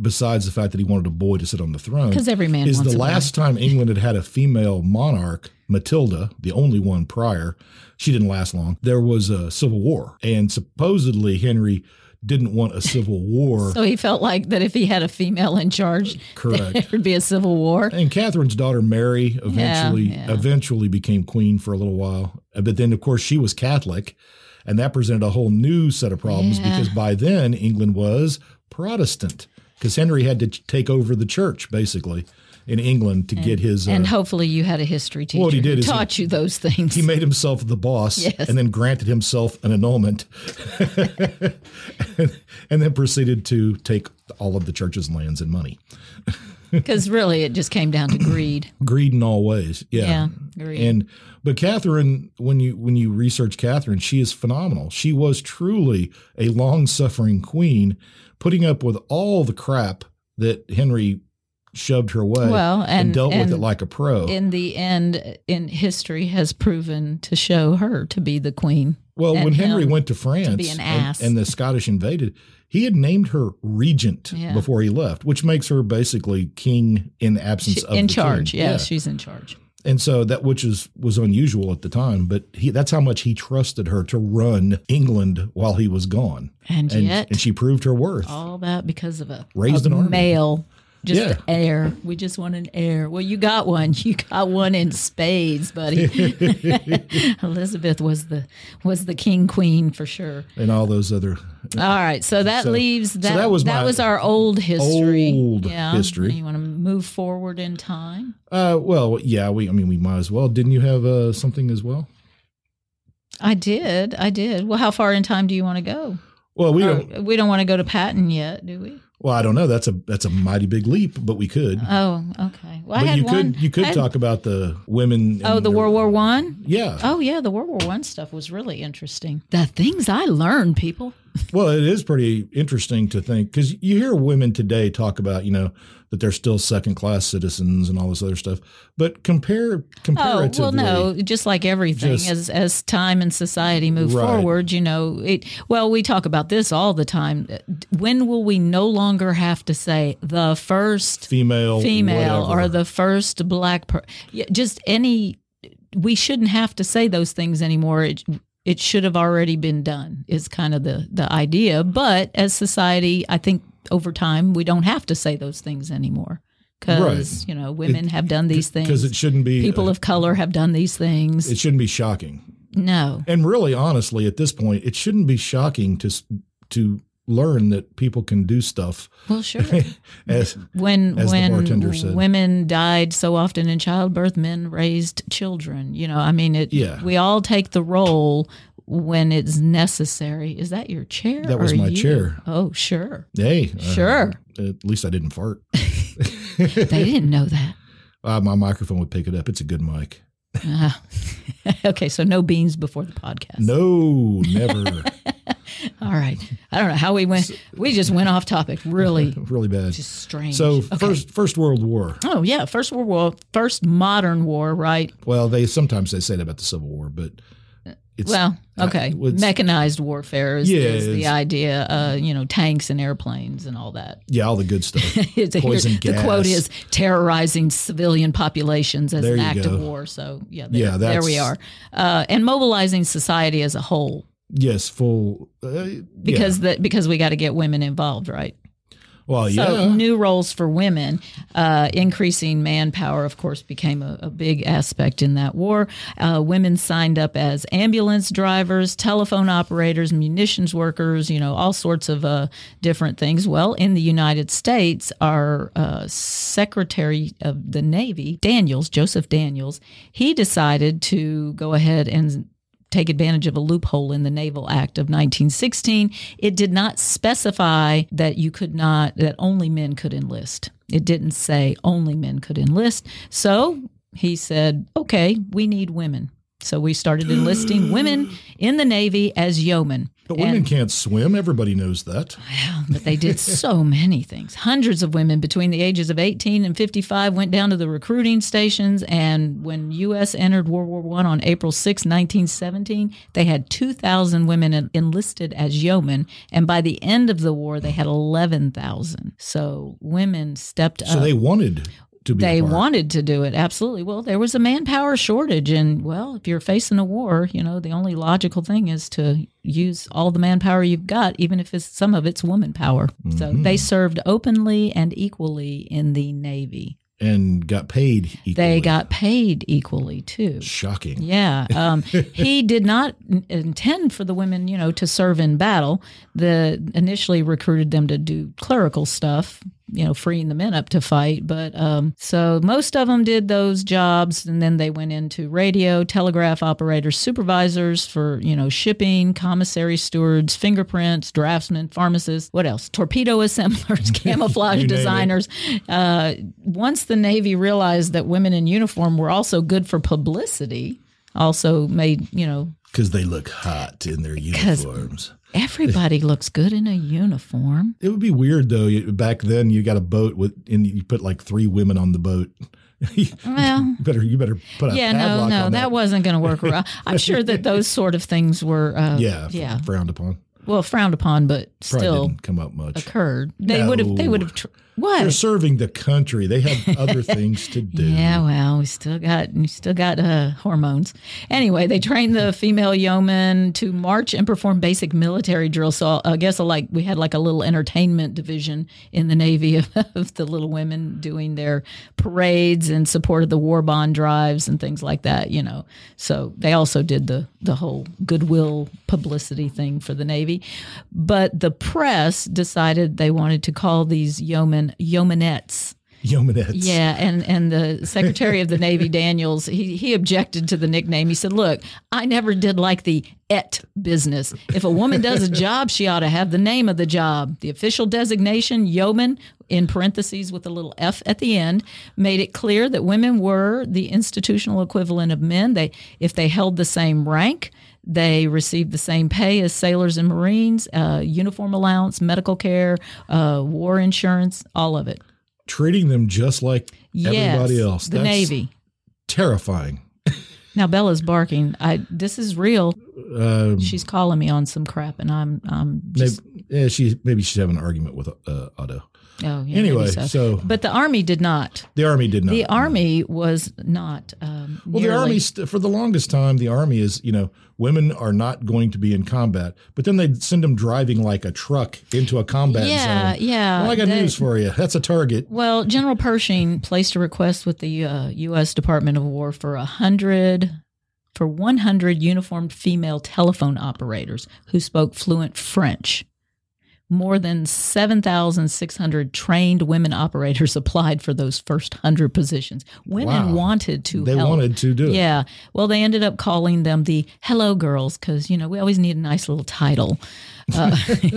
Speaker 1: besides the fact that he wanted a boy to sit on the throne,
Speaker 2: Because every man
Speaker 1: is
Speaker 2: wants
Speaker 1: the
Speaker 2: a boy.
Speaker 1: last time England had had a female monarch, Matilda, the only one prior. She didn't last long. There was a civil war, and supposedly Henry didn't want a civil war.
Speaker 2: So he felt like that if he had a female in charge,
Speaker 1: Correct.
Speaker 2: there would be a civil war.
Speaker 1: And Catherine's daughter Mary eventually
Speaker 2: yeah.
Speaker 1: eventually became queen for a little while, Uh, but then of course she was Catholic, and that presented a whole new set of problems
Speaker 2: Yeah.
Speaker 1: because by then England was Protestant because Henry had to ch- take over the church basically in England to get his. Uh,
Speaker 2: and hopefully you had a history teacher
Speaker 1: what he did
Speaker 2: who
Speaker 1: is he-
Speaker 2: taught you those things.
Speaker 1: he made himself the boss
Speaker 2: Yes.
Speaker 1: and then granted himself an annulment and, and then proceeded to take all of the church's lands and money.
Speaker 2: Because really it just came down to greed.
Speaker 1: Greed in all ways.
Speaker 2: Yeah, greed.
Speaker 1: And but Catherine, when you when you research Catherine, she is phenomenal. She was truly a long suffering queen, putting up with all the crap that Henry shoved her way
Speaker 2: Well, and-
Speaker 1: dealt
Speaker 2: and
Speaker 1: with it like a pro.
Speaker 2: in the end, in history has proven to show her to be the queen.
Speaker 1: well,
Speaker 2: and
Speaker 1: when Henry
Speaker 2: him
Speaker 1: went to France
Speaker 2: be an
Speaker 1: and-
Speaker 2: ass.
Speaker 1: And, the Scottish invaded, he had named her regent
Speaker 2: Yeah.
Speaker 1: before he left, which makes her basically king in absence
Speaker 2: She-
Speaker 1: of
Speaker 2: in
Speaker 1: the king.
Speaker 2: charge. Yeah, she's in charge.
Speaker 1: and so that which is was unusual at the time but he that's how much he trusted her to run england while he was gone
Speaker 2: And,
Speaker 1: and,
Speaker 2: yet, Oh.
Speaker 1: and she proved her worth
Speaker 2: all that because of a,
Speaker 1: Raised
Speaker 2: a
Speaker 1: an army.
Speaker 2: male. Just
Speaker 1: Yeah.
Speaker 2: heir. We just want an heir. Well, you got one. You got one in spades, buddy. Elizabeth was the was the king queen for sure.
Speaker 1: and all those other
Speaker 2: All right, so that
Speaker 1: So-
Speaker 2: leaves
Speaker 1: so
Speaker 2: that.
Speaker 1: that
Speaker 2: that
Speaker 1: was
Speaker 2: was
Speaker 1: my
Speaker 2: our old history.
Speaker 1: old history.
Speaker 2: You want to move forward in time?
Speaker 1: uh well yeah we i mean we might as well didn't you have uh something as well
Speaker 2: I did. I did. Well, how far in time do you want to go?
Speaker 1: well we
Speaker 2: Or-
Speaker 1: don't
Speaker 2: we don't want to go to Patton yet, do we?
Speaker 1: well i don't know that's a that's a mighty big leap but we could
Speaker 2: Oh, okay. Well, I
Speaker 1: but
Speaker 2: had
Speaker 1: you
Speaker 2: one.
Speaker 1: could you could
Speaker 2: I had-
Speaker 1: talk about the women and
Speaker 2: Oh, the
Speaker 1: their-
Speaker 2: World War One.
Speaker 1: yeah
Speaker 2: Oh yeah, the World War One stuff was really interesting. The things I learned, people.
Speaker 1: Well, it is pretty interesting to think because you hear women today talk about, you know, that they're still second class citizens and all this other stuff. But compare
Speaker 2: Oh
Speaker 1: comparatively,
Speaker 2: well, no, just like everything,
Speaker 1: Just-
Speaker 2: as as time and society move
Speaker 1: Right.
Speaker 2: forward, you know, it. Well, we talk about this all the time. When will we no longer have to say the first
Speaker 1: female,
Speaker 2: female
Speaker 1: Oh, whatever.
Speaker 2: or the first black per- yeah, just any we shouldn't have to say those things anymore it, it should have already been done is kind of the the idea but as society i think over time we don't have to say those things anymore because you know women have done these
Speaker 1: because
Speaker 2: things
Speaker 1: it shouldn't be uh,
Speaker 2: people of color have done these things
Speaker 1: it shouldn't be shocking.
Speaker 2: no
Speaker 1: And really, honestly, at this point, it shouldn't be shocking to s- to learn that people can do stuff.
Speaker 2: well sure
Speaker 1: As,
Speaker 2: when
Speaker 1: As the
Speaker 2: when
Speaker 1: bartender said.
Speaker 2: women died so often in childbirth, men raised children. You know, I mean, it.
Speaker 1: Yeah.
Speaker 2: We all take the role when it's necessary. Is that your chair?
Speaker 1: That was
Speaker 2: or
Speaker 1: my
Speaker 2: you?
Speaker 1: chair.
Speaker 2: Oh, sure,
Speaker 1: hey, uh,
Speaker 2: sure.
Speaker 1: at least I didn't fart.
Speaker 2: they didn't know that.
Speaker 1: Uh, my microphone would pick it up. It's a good mic.
Speaker 2: Uh, okay, so no beans before the podcast.
Speaker 1: No, never.
Speaker 2: All right. I don't know how we went. We just went off topic. Really,
Speaker 1: really bad.
Speaker 2: just strange.
Speaker 1: So
Speaker 2: Okay.
Speaker 1: first, first World War.
Speaker 2: Oh yeah, first world war, first modern war, right?
Speaker 1: Well, they sometimes they say that about the Civil War, but it's
Speaker 2: Uh, Well,
Speaker 1: I-
Speaker 2: okay,
Speaker 1: it's-
Speaker 2: mechanized warfare is,
Speaker 1: Yeah,
Speaker 2: is the
Speaker 1: it's-
Speaker 2: idea. Uh, you know, tanks and airplanes and all that.
Speaker 1: yeah, all the good stuff.
Speaker 2: It's a-
Speaker 1: Poison
Speaker 2: the quote
Speaker 1: gas.
Speaker 2: is terrorizing civilian populations as
Speaker 1: There
Speaker 2: an
Speaker 1: you
Speaker 2: act of
Speaker 1: go.
Speaker 2: war. So yeah, there,
Speaker 1: Yeah,
Speaker 2: there we are,
Speaker 1: that's-
Speaker 2: uh, and mobilizing society as a whole
Speaker 1: yes, full. Uh, yeah.
Speaker 2: because that because we got to get women involved, right?
Speaker 1: well,
Speaker 2: So
Speaker 1: yeah,
Speaker 2: new roles for women, uh, increasing manpower, of course, became a, a big aspect in that war. Uh, women signed up as ambulance drivers, telephone operators, munitions workers, you know, all sorts of uh, different things. Well, in the United States, our uh, Secretary of the Navy, Daniels, Joseph Daniels, he decided to go ahead and take advantage of a loophole in the Naval Act of 1916. It did not specify that you could not, that only men could enlist. It didn't say only men could enlist. So he said, okay, we need women. So we started enlisting women in the Navy as yeomen.
Speaker 1: but women
Speaker 2: and-
Speaker 1: can't swim. Everybody knows that.
Speaker 2: Wow, but they did so many things. Hundreds of women between the ages of 18 and 55 went down to the recruiting stations. And when U.S. entered World War I on April 6, 1917, they had 2,000 women en- enlisted as yeomen. And by the end of the war, they had 11,000. So women stepped
Speaker 1: So
Speaker 2: up.
Speaker 1: they wanted to be. a
Speaker 2: They
Speaker 1: part.
Speaker 2: wanted to do it, absolutely. Well, there was a manpower shortage. And, well, if you're facing a war, you know, the only logical thing is to use all the manpower you've got, even if it's some of it's woman power. So
Speaker 1: Mm-hmm.
Speaker 2: they served openly and equally in the Navy.
Speaker 1: and got paid. Equally.
Speaker 2: They got paid equally, too.
Speaker 1: shocking.
Speaker 2: Yeah, um, he did not n- intend for the women, you know, to serve in battle. The initially recruited them to do clerical stuff, you know, freeing the men up to fight. But um, so most of them did those jobs, and then they went into radio, telegraph operators, supervisors for you know shipping, commissary stewards, fingerprints, draftsmen, pharmacists. What else? Torpedo assemblers, camouflage
Speaker 1: You name it.
Speaker 2: designers. Uh, once the Navy realized that women in uniform were also good for publicity, also made, you know,
Speaker 1: because they look hot in their uniforms.
Speaker 2: everybody looks good in a uniform.
Speaker 1: It would be weird though. You- Back then, you got a boat with, and you put like three women on the boat. you
Speaker 2: Well,
Speaker 1: better, you better put a
Speaker 2: Mm. yeah, no,
Speaker 1: padlock
Speaker 2: no,
Speaker 1: on
Speaker 2: that.
Speaker 1: that.
Speaker 2: wasn't going to work. around. I'm sure that those sort of things were, uh,
Speaker 1: yeah,
Speaker 2: yeah,
Speaker 1: frowned upon.
Speaker 2: well, frowned upon, but
Speaker 1: Probably
Speaker 2: still
Speaker 1: didn't come up much.
Speaker 2: occurred. They would have, they
Speaker 1: No.
Speaker 2: would have, tr-
Speaker 1: They're
Speaker 2: what?
Speaker 1: serving the country. They have other things to do.
Speaker 2: Yeah, well, we still got we still got uh, hormones. Anyway, they trained the female yeomen to march and perform basic military drills. So uh, I guess like we had like a little entertainment division in the Navy of, of the little women doing their parades in support of the war bond drives and things like that. You know, so they also did the the whole goodwill publicity thing for the Navy, but the press decided they wanted to call these yeomen yeomanettes.
Speaker 1: Yeomanettes.
Speaker 2: Yeah, and and the Secretary of the Navy Daniels he he objected to the nickname. He said, "Look, I never did like the et business. If a woman does a job, she ought to have the name of the job. The official designation, yeoman." In parentheses with a little F at the end, made it clear that women were the institutional equivalent of men. They, if they held the same rank, they received the same pay as sailors and Marines, uh, uniform allowance, medical care, uh, war insurance, all of it.
Speaker 1: treating them just like
Speaker 2: Yes,
Speaker 1: everybody else.
Speaker 2: The
Speaker 1: That's
Speaker 2: Navy.
Speaker 1: Terrifying.
Speaker 2: Now Bella's barking. I this is real.
Speaker 1: Um,
Speaker 2: She's calling me on some crap, and I'm I'm oh,
Speaker 1: maybe,
Speaker 2: just
Speaker 1: yeah, eh, she maybe she's having an argument with uh, Otto.
Speaker 2: oh yeah, maybe
Speaker 1: Anyway,
Speaker 2: so.
Speaker 1: so.
Speaker 2: But the army did not.
Speaker 1: the army did not.
Speaker 2: The army was not. Um,
Speaker 1: Well, the
Speaker 2: nearly-
Speaker 1: army st- for the longest time, the army is you know women are not going to be in combat, but then they send them driving like a truck into a combat
Speaker 2: Yeah,
Speaker 1: zone.
Speaker 2: yeah.
Speaker 1: Well, I got
Speaker 2: They-
Speaker 1: news for you. That's a target.
Speaker 2: Well, General Pershing placed a request with the uh, U.S. Department of War for a hundred for 100 uniformed female telephone operators who spoke fluent French. More than 7,600 trained women operators applied for those first 100 positions. Women
Speaker 1: Wow.
Speaker 2: wanted to
Speaker 1: They
Speaker 2: help.
Speaker 1: wanted to do it.
Speaker 2: Yeah. Well, they ended up calling them the Hello Girls because, you know, we always need a nice little title.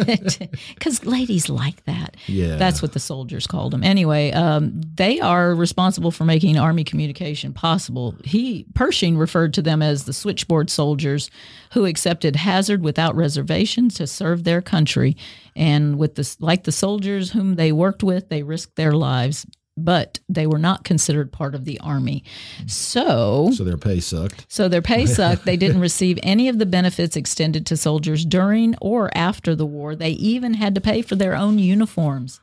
Speaker 2: because ladies like that.
Speaker 1: Yeah.
Speaker 2: That's what the soldiers called him. Anyway, um, they are responsible for making Army communication possible. He Pershing referred to them as the switchboard soldiers who accepted hazard without reservation to serve their country, and with this, like the soldiers whom they worked with, they risked their lives. But they were not considered part of the army. So,
Speaker 1: So their pay sucked.
Speaker 2: so their pay sucked. They didn't receive any of the benefits extended to soldiers during or after the war. They even had to pay for their own uniforms.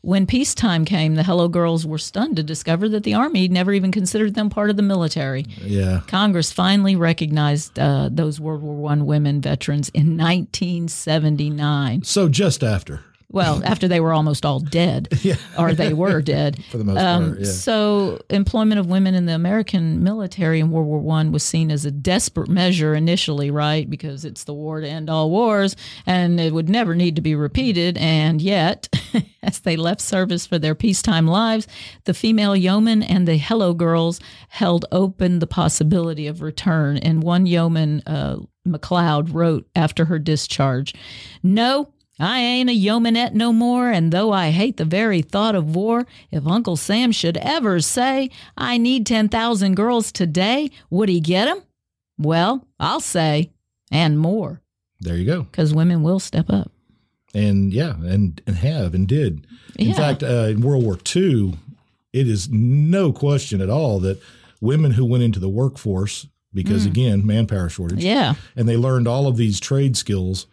Speaker 2: When peacetime came, the Hello Girls were stunned to discover that the Army never even considered them part of the military.
Speaker 1: Yeah.
Speaker 2: Congress finally recognized uh, those World War One women veterans in 1979.
Speaker 1: So just after.
Speaker 2: Well, after they were almost all dead, or they were dead Um,
Speaker 1: For the most part, yeah.
Speaker 2: So, employment of women in the American military in World War One was seen as a desperate measure initially, right? Because it's the war to end all wars, and it would never need to be repeated. And yet, as they left service for their peacetime lives, the female yeomen and the Hello Girls held open the possibility of return. And one yeoman, uh, McLeod, wrote after her discharge, "No." I ain't a yeomanette no more, and though I hate the very thought of war, if Uncle Sam should ever say, I need 10,000 girls today, would he get 'em? Well, I'll say, and more,
Speaker 1: There you go.
Speaker 2: 'cause women will step up.
Speaker 1: And yeah, and, and have and did. In
Speaker 2: Yeah.
Speaker 1: fact, uh, in World War II, it is no question at all that women who went into the workforce, because again, manpower shortage,
Speaker 2: Mm. Yeah.
Speaker 1: and they learned all of these trade skills.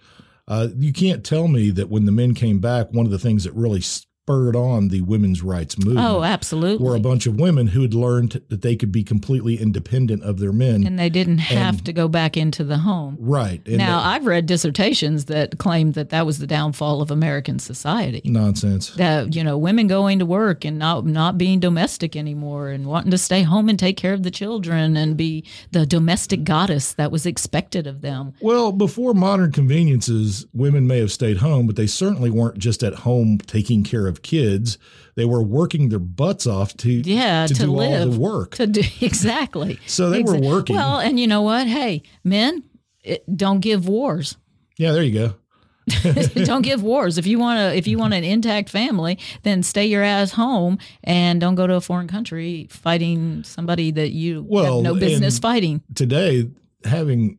Speaker 1: Uh, you can't tell me that when the men came back, one of the things that really spurred on the women's rights movement
Speaker 2: Oh, absolutely.
Speaker 1: were a bunch of women who had learned that they could be completely independent of their men.
Speaker 2: and they didn't have to go back into the home.
Speaker 1: right. And
Speaker 2: Now, I've read dissertations that claim that that was the downfall of American society.
Speaker 1: that- nonsense.
Speaker 2: that you know women going to work and not not being domestic anymore and wanting to stay home and take care of the children and be the domestic goddess that was expected of them
Speaker 1: Well, before modern conveniences, women may have stayed home, but they certainly weren't just at home taking care of kids. They were working their butts off to
Speaker 2: yeah
Speaker 1: to,
Speaker 2: to,
Speaker 1: do
Speaker 2: live
Speaker 1: all the work.
Speaker 2: to do exactly
Speaker 1: So they were
Speaker 2: Exa-
Speaker 1: working.
Speaker 2: well and you know what hey men it, don't give wars
Speaker 1: yeah, there you go.
Speaker 2: don't give wars if you want to if you want an intact family then stay your ass home and don't go to a foreign country fighting somebody that you
Speaker 1: Well,
Speaker 2: have no business
Speaker 1: and-
Speaker 2: fighting
Speaker 1: Today, having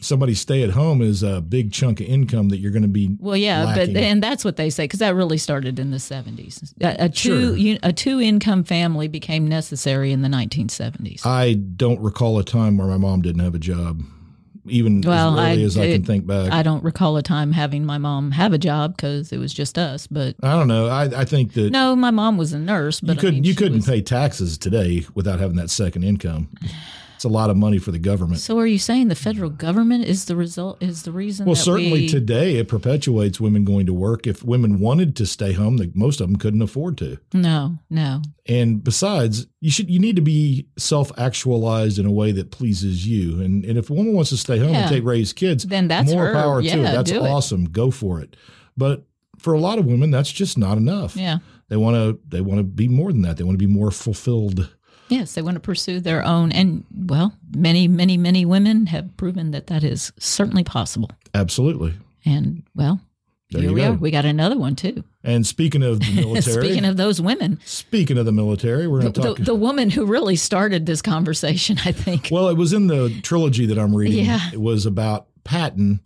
Speaker 1: somebody stay at home is a big chunk of income that you're going to be.
Speaker 2: Well, yeah,
Speaker 1: lacking.
Speaker 2: but and that's what they say because that really started in the seventies. A, a
Speaker 1: Sure.
Speaker 2: two you, a two income family became necessary in the nineteen seventies.
Speaker 1: I don't recall a time where my mom didn't have a job, even as
Speaker 2: Well,
Speaker 1: early
Speaker 2: I
Speaker 1: as I can
Speaker 2: did-
Speaker 1: think back.
Speaker 2: I don't recall a time having my mom have a job because it was just us. But
Speaker 1: I don't know. I, I think that
Speaker 2: no, my mom was a nurse. But
Speaker 1: you couldn't
Speaker 2: I mean,
Speaker 1: you
Speaker 2: she
Speaker 1: couldn't
Speaker 2: was-
Speaker 1: pay taxes today without having that second income. It's a lot of money for the government.
Speaker 2: So are you saying the federal government is the result is the reason?
Speaker 1: Well,
Speaker 2: that
Speaker 1: certainly
Speaker 2: we-
Speaker 1: today it perpetuates women going to work. If women wanted to stay home, the, most of them couldn't afford to.
Speaker 2: No, no,
Speaker 1: And besides, you should you need to be self actualized in a way that pleases you. And and if a woman wants to stay home
Speaker 2: Yeah.
Speaker 1: and take raise kids,
Speaker 2: Then that's
Speaker 1: more
Speaker 2: her.
Speaker 1: power to
Speaker 2: Yeah,
Speaker 1: it. That's
Speaker 2: do it.
Speaker 1: awesome. Go for it. But for a lot of women, that's just not enough.
Speaker 2: yeah,
Speaker 1: They want to they want to be more than that. They want to be more fulfilled.
Speaker 2: yes, they want to pursue their own, and well, many, many, many women have proven that that is certainly possible.
Speaker 1: Absolutely.
Speaker 2: And well,
Speaker 1: There
Speaker 2: here
Speaker 1: you
Speaker 2: we
Speaker 1: go.
Speaker 2: are. We got another one too.
Speaker 1: And speaking of the military,
Speaker 2: Speaking of those women,
Speaker 1: speaking of the military, we're going to
Speaker 2: the,
Speaker 1: talk.
Speaker 2: the woman who really started this conversation, I think.
Speaker 1: well, it was in the trilogy that I'm reading.
Speaker 2: Yeah.
Speaker 1: It was about Patton,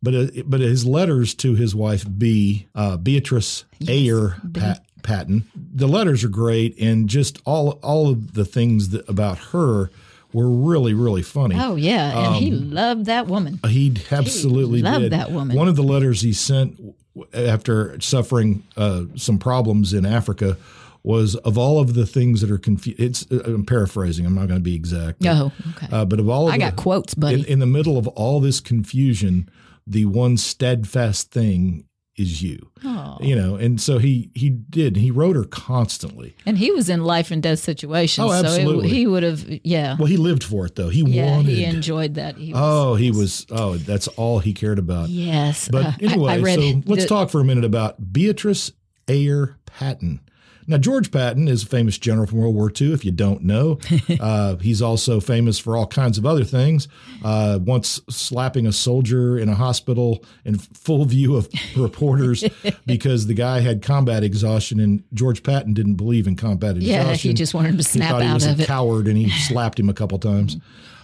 Speaker 1: but uh, but his letters to his wife B, uh, Beatrice Ayer Pat, Patton. The letters are great, and just all all of the things that, about her were really really funny.
Speaker 2: oh yeah, and he
Speaker 1: Um,
Speaker 2: loved that woman.
Speaker 1: He absolutely
Speaker 2: loved
Speaker 1: did.
Speaker 2: that woman.
Speaker 1: One of the letters he sent w- after suffering uh, some problems in Africa was of all of the things that are confused. It's uh, I'm paraphrasing. I'm not going to be exact. but-
Speaker 2: Oh, okay.
Speaker 1: Uh, but of all, of
Speaker 2: I got
Speaker 1: the,
Speaker 2: quotes, buddy.
Speaker 1: in, in the middle of all this confusion, the one steadfast thing is you.
Speaker 2: Aw.
Speaker 1: You know, and so he he did. He wrote her constantly.
Speaker 2: and he was in life and death situations,
Speaker 1: Oh,
Speaker 2: so it-
Speaker 1: absolutely.
Speaker 2: he would have. Yeah,
Speaker 1: Well, he lived for it though. He
Speaker 2: yeah,
Speaker 1: wanted.
Speaker 2: he enjoyed that. He was,
Speaker 1: oh, he was. Oh, that's all he cared about.
Speaker 2: yes. uh,
Speaker 1: But
Speaker 2: I-
Speaker 1: anyway,
Speaker 2: I, read
Speaker 1: so let's
Speaker 2: the-
Speaker 1: talk for a minute about Beatrice Ayer Patton. Now, George Patton is a famous general from World War II, if you don't know. uh, he's also famous for all kinds of other things, uh, once slapping a soldier in a hospital in full view of reporters because the guy had combat exhaustion, and George Patton didn't believe in combat
Speaker 2: Yeah,
Speaker 1: exhaustion.
Speaker 2: he just wanted him to
Speaker 1: He
Speaker 2: snap
Speaker 1: thought he
Speaker 2: out
Speaker 1: was
Speaker 2: of
Speaker 1: a
Speaker 2: it.
Speaker 1: coward, and he slapped him a couple times.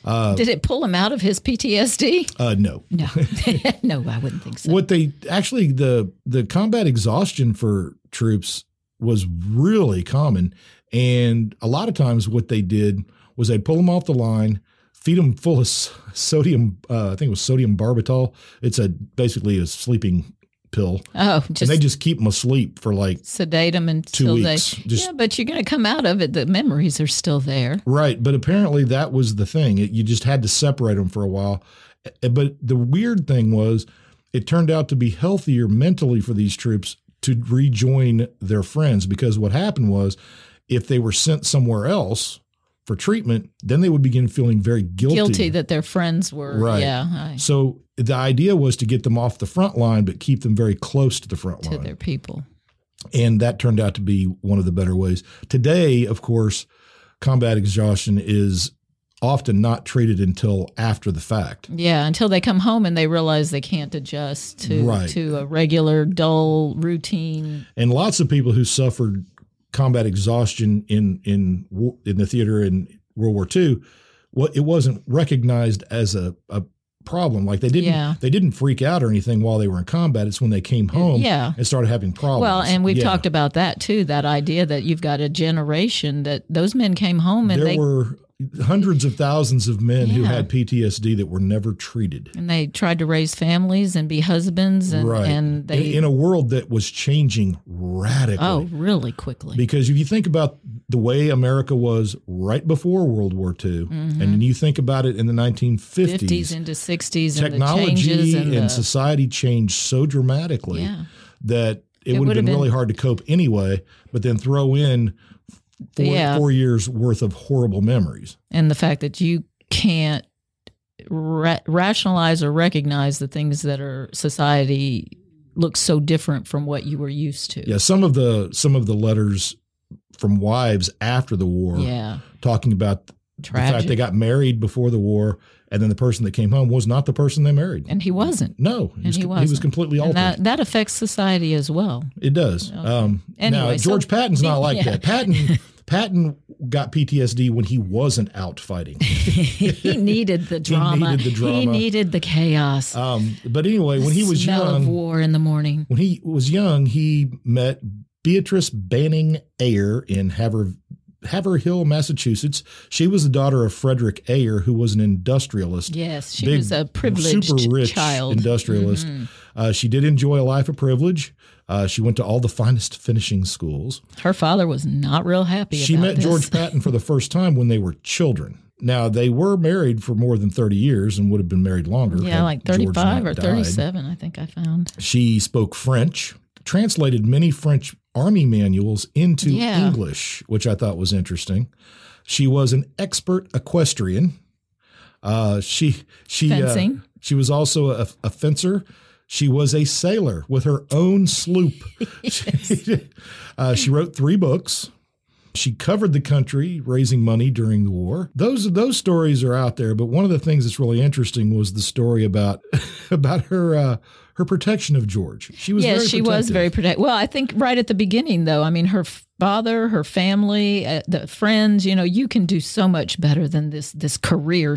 Speaker 2: Did it pull him out of his PTSD?
Speaker 1: Uh, no,
Speaker 2: No, no, I wouldn't think so.
Speaker 1: what they actually the the combat exhaustion for troops was really common and a lot of times what they did was they pull them off the line feed them full of s- sodium uh, i think it was sodium barbital it's a basically a sleeping pill
Speaker 2: Oh,
Speaker 1: and
Speaker 2: just
Speaker 1: they just keep them asleep for like
Speaker 2: sedate them until they.
Speaker 1: weeks, just-
Speaker 2: yeah, but you're going to come out of it. The memories are still there.
Speaker 1: Right, but apparently that was the thing. It, you just had to separate them for a while. Eh, But the weird thing was, it turned out to be healthier mentally for these troops to rejoin their friends because what happened was, if they were sent somewhere else for treatment, then they would begin feeling very guilty.
Speaker 2: Guilty, that their friends were.
Speaker 1: Right.
Speaker 2: Yeah, I-
Speaker 1: so the idea was to get them off the front line, but keep them very close to the front
Speaker 2: to
Speaker 1: line
Speaker 2: their people.
Speaker 1: and that turned out to be one of the better ways. Today, of course, combat exhaustion is often not treated until after the fact.
Speaker 2: Yeah, until they come home and they realize they can't adjust to
Speaker 1: Right.
Speaker 2: to a regular dull routine.
Speaker 1: And lots of people who suffered combat exhaustion in in wo- in the theater in World War II, what it wasn't recognized as a, a problem. Like they didn't
Speaker 2: Yeah. Uh,
Speaker 1: they didn't freak out or anything while they were in combat. It's when they came home
Speaker 2: Yeah.
Speaker 1: and started having problems.
Speaker 2: Well, and we've
Speaker 1: Oh, Yeah.
Speaker 2: talked about that too. That idea that you've got a generation that those men came home and
Speaker 1: there
Speaker 2: they
Speaker 1: were hundreds of thousands of men who
Speaker 2: Yeah.
Speaker 1: had PTSD that were never treated.
Speaker 2: and they tried to raise families and be husbands and
Speaker 1: right.
Speaker 2: and
Speaker 1: in,
Speaker 2: they
Speaker 1: in a world that was changing radically.
Speaker 2: oh really quickly.
Speaker 1: Because if you think about the way America was right before World War II,
Speaker 2: Mm-hmm.
Speaker 1: and then you think about it in the 1950s,
Speaker 2: 50s into 60s and the changes
Speaker 1: technology
Speaker 2: and,
Speaker 1: and,
Speaker 2: the,
Speaker 1: society changed so dramatically
Speaker 2: Yeah.
Speaker 1: that it,
Speaker 2: It
Speaker 1: would have
Speaker 2: would've
Speaker 1: been,
Speaker 2: been-
Speaker 1: really hard to cope anyway, but then throw in four,
Speaker 2: Yeah.
Speaker 1: four years worth of horrible memories.
Speaker 2: and the fact that you can't ra- rationalize or recognize the things that are society looks so different from what you were used to.
Speaker 1: Yeah, some of the some of the letters from wives after the war
Speaker 2: Yeah.
Speaker 1: talking about the fact
Speaker 2: Tragic.
Speaker 1: they got married before the war, and then the person that came home was not the person they married.
Speaker 2: and he wasn't.
Speaker 1: no, he,
Speaker 2: And
Speaker 1: was,
Speaker 2: he
Speaker 1: he was
Speaker 2: wasn't.
Speaker 1: completely altered.
Speaker 2: And that, that affects society as well.
Speaker 1: it does. Um, now
Speaker 2: Anyway, so-
Speaker 1: George Patton's not like
Speaker 2: Yeah.
Speaker 1: that. Patton Patton got PTSD when he wasn't out fighting.
Speaker 2: he needed the drama.
Speaker 1: needed the
Speaker 2: He
Speaker 1: drama.
Speaker 2: needed the chaos.
Speaker 1: Um, but anyway, when he was
Speaker 2: smell of
Speaker 1: young,
Speaker 2: war in the morning.
Speaker 1: when he was young, he met Beatrice Banning Ayer in Haver, Haverhill, Massachusetts. She was the daughter of Frederick Ayer, who was an industrialist.
Speaker 2: Yes, she
Speaker 1: big,
Speaker 2: was a privileged
Speaker 1: super rich
Speaker 2: child. Mm-hmm.
Speaker 1: industrialist. Uh, she did enjoy a life of privilege. Uh, she went to all the finest finishing schools.
Speaker 2: Her father was not real happy.
Speaker 1: She
Speaker 2: about
Speaker 1: met
Speaker 2: this.
Speaker 1: George Patton for the first time when they were children. Now they were married for more than thirty years and would have been married longer.
Speaker 2: Yeah,
Speaker 1: had
Speaker 2: like
Speaker 1: George
Speaker 2: thirty-five
Speaker 1: not
Speaker 2: or
Speaker 1: died.
Speaker 2: thirty-seven. I think I found.
Speaker 1: She spoke French, translated many French army manuals into
Speaker 2: Yeah.
Speaker 1: English, which I thought was interesting. She was an expert equestrian. Uh, she she uh,
Speaker 2: Fencing.
Speaker 1: she was also a, a fencer. She was a sailor with her own sloop. uh, she wrote three books. She covered the country raising money during the war. Those those stories are out there, but one of the things that's really interesting was the story about about her uh, her protection of George. She was
Speaker 2: Yes,
Speaker 1: very
Speaker 2: she was
Speaker 1: protective.
Speaker 2: very protective. Well, I think right at the beginning, though. I mean, her father, her family, uh, the friends. You know, you can do so much better than this this career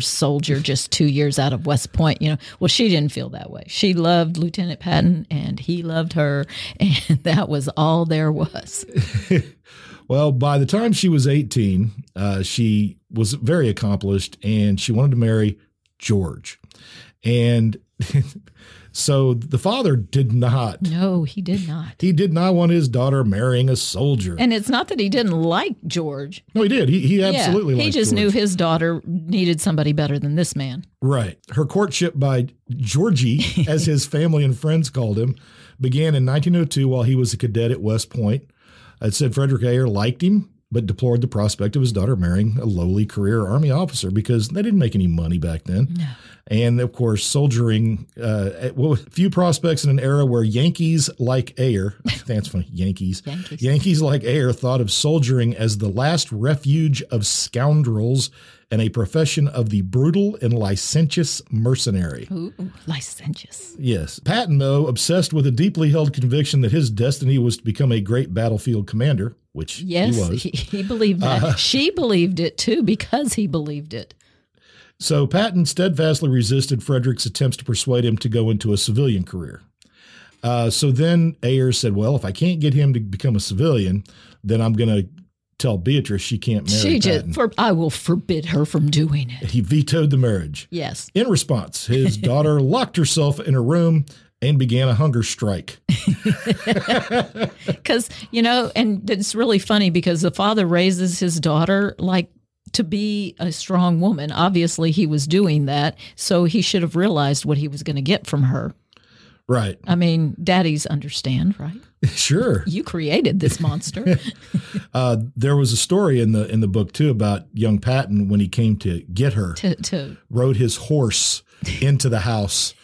Speaker 2: soldier just two years out of West Point. You know, well, she didn't feel that way. She loved Lieutenant Patton, and he loved her, and that was all there was.
Speaker 1: Well, by the time she was 18, uh, she was very accomplished and she wanted to marry George. And so the father did not.
Speaker 2: No, he did not.
Speaker 1: He did not want his daughter marrying a soldier.
Speaker 2: And it's not that he didn't like George.
Speaker 1: no, he did. He, he absolutely
Speaker 2: yeah, he
Speaker 1: liked
Speaker 2: just
Speaker 1: George.
Speaker 2: knew his daughter needed somebody better than this man.
Speaker 1: Right. Her courtship by Georgie, as his family and friends called him, began in 1902 while he was a cadet at West Point. It said Frederick Ayer liked him, but deplored the prospect of his daughter marrying a lowly career Army officer because they didn't make any money back then. and of course soldiering uh, at- well, few prospects in an era where Yankees like air that's funny Yankees
Speaker 2: Yankees.
Speaker 1: Yankees like air thought of soldiering as the last refuge of scoundrels and a profession of the brutal and licentious mercenary.
Speaker 2: Ooh, ooh, licentious.
Speaker 1: Yes. Patton, though, obsessed with a deeply held conviction that his destiny was to become a great battlefield commander, which
Speaker 2: Yes,
Speaker 1: he was. Uh,
Speaker 2: he, he believed that. she believed it too because he believed it.
Speaker 1: So Patton steadfastly resisted Frederick's attempts to persuade him to go into a civilian career. Uh, so then Ayers said, Well, if I can't get him to become a civilian, then I'm going to tell Beatrice she can't marry
Speaker 2: she
Speaker 1: Patton.
Speaker 2: just, for, I will forbid her from doing it.
Speaker 1: he vetoed the marriage.
Speaker 2: Yes.
Speaker 1: In response, his daughter locked herself in her room and began a hunger strike.
Speaker 2: Because, you know, and it's really funny because the father raises his daughter like to be a strong woman. Obviously, he was doing that. So he should have realized what he was going to get from her.
Speaker 1: Right.
Speaker 2: I mean, daddies understand, right?
Speaker 1: Sure.
Speaker 2: You created this monster.
Speaker 1: Uh, there was a story in the in the book too about young Patton when he came to get her,
Speaker 2: to, to
Speaker 1: rode his horse into the house.